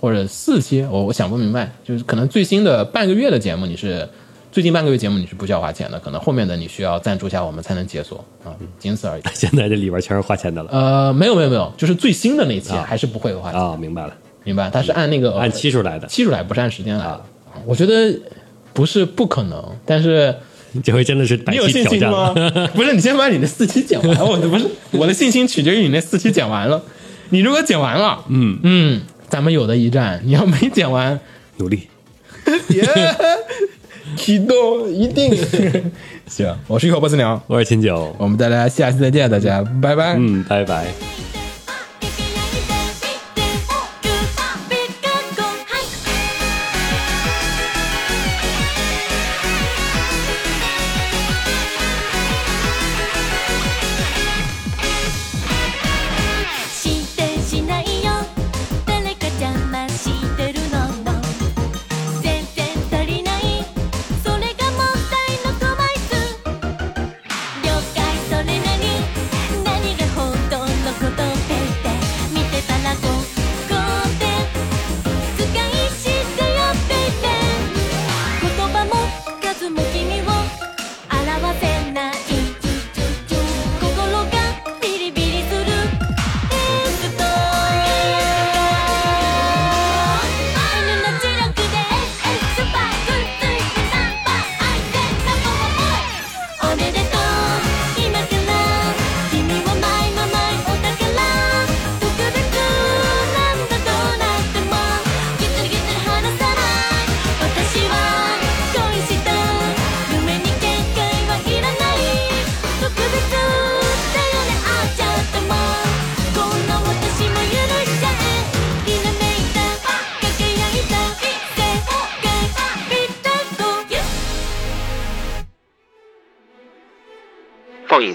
[SPEAKER 1] 或者四期，我我想不明白，就是可能最新的半个月的节目你是最近半个月节目你是不需要花钱的，可能后面的你需要赞助一下我们才能解锁啊，
[SPEAKER 2] 嗯
[SPEAKER 1] 仅此而已。
[SPEAKER 2] 现在这里边全是花钱的了
[SPEAKER 1] 呃，没有没有没有，就是最新的那期还是不会花钱，
[SPEAKER 2] 啊，哦明白了，
[SPEAKER 1] 明白？它是按那个
[SPEAKER 2] 按期啊数来的，
[SPEAKER 1] 期数来，不是按时间来的。我觉得不是不可能，但是
[SPEAKER 2] 这回真的是百
[SPEAKER 1] 你有
[SPEAKER 2] 期
[SPEAKER 1] 信
[SPEAKER 2] 挑
[SPEAKER 1] 心
[SPEAKER 2] 战
[SPEAKER 1] 吗
[SPEAKER 2] 了。？
[SPEAKER 1] 不是，你先把你的四期剪完，我的不是我的信心取决于你那四期剪完了。你如果剪完了，嗯嗯，咱们有的一战。你要没剪完，
[SPEAKER 2] 努力，
[SPEAKER 1] 别 启动，一定 行。我是一口波斯鸟，
[SPEAKER 2] 我是秦九，
[SPEAKER 1] 我们大家下期再见，大家拜拜。
[SPEAKER 2] 嗯，拜拜。
[SPEAKER 6] はいしてしないよ誰か邪魔してるの全然足りないそれが問題のトマイス了解それなに何が本当のことペって見てたらここで使いしてよペイペイ言葉も数も君を表せない心がビリビリするテスト犬の知力でエクスパーくっついてナンバーアイテムナンバーワンおめでとう今から君はマイママイお宝特別なんだどうなってもぎつりぎつり離さない私は恋した夢に限界はいらない特別だよねあっちゃってもこんな私も許しちゃえひらめいた輝いた正解ピタッと
[SPEAKER 3] 放映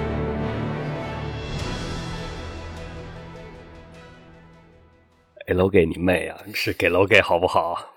[SPEAKER 2] 哎给楼给你妹啊，是给楼给好不好？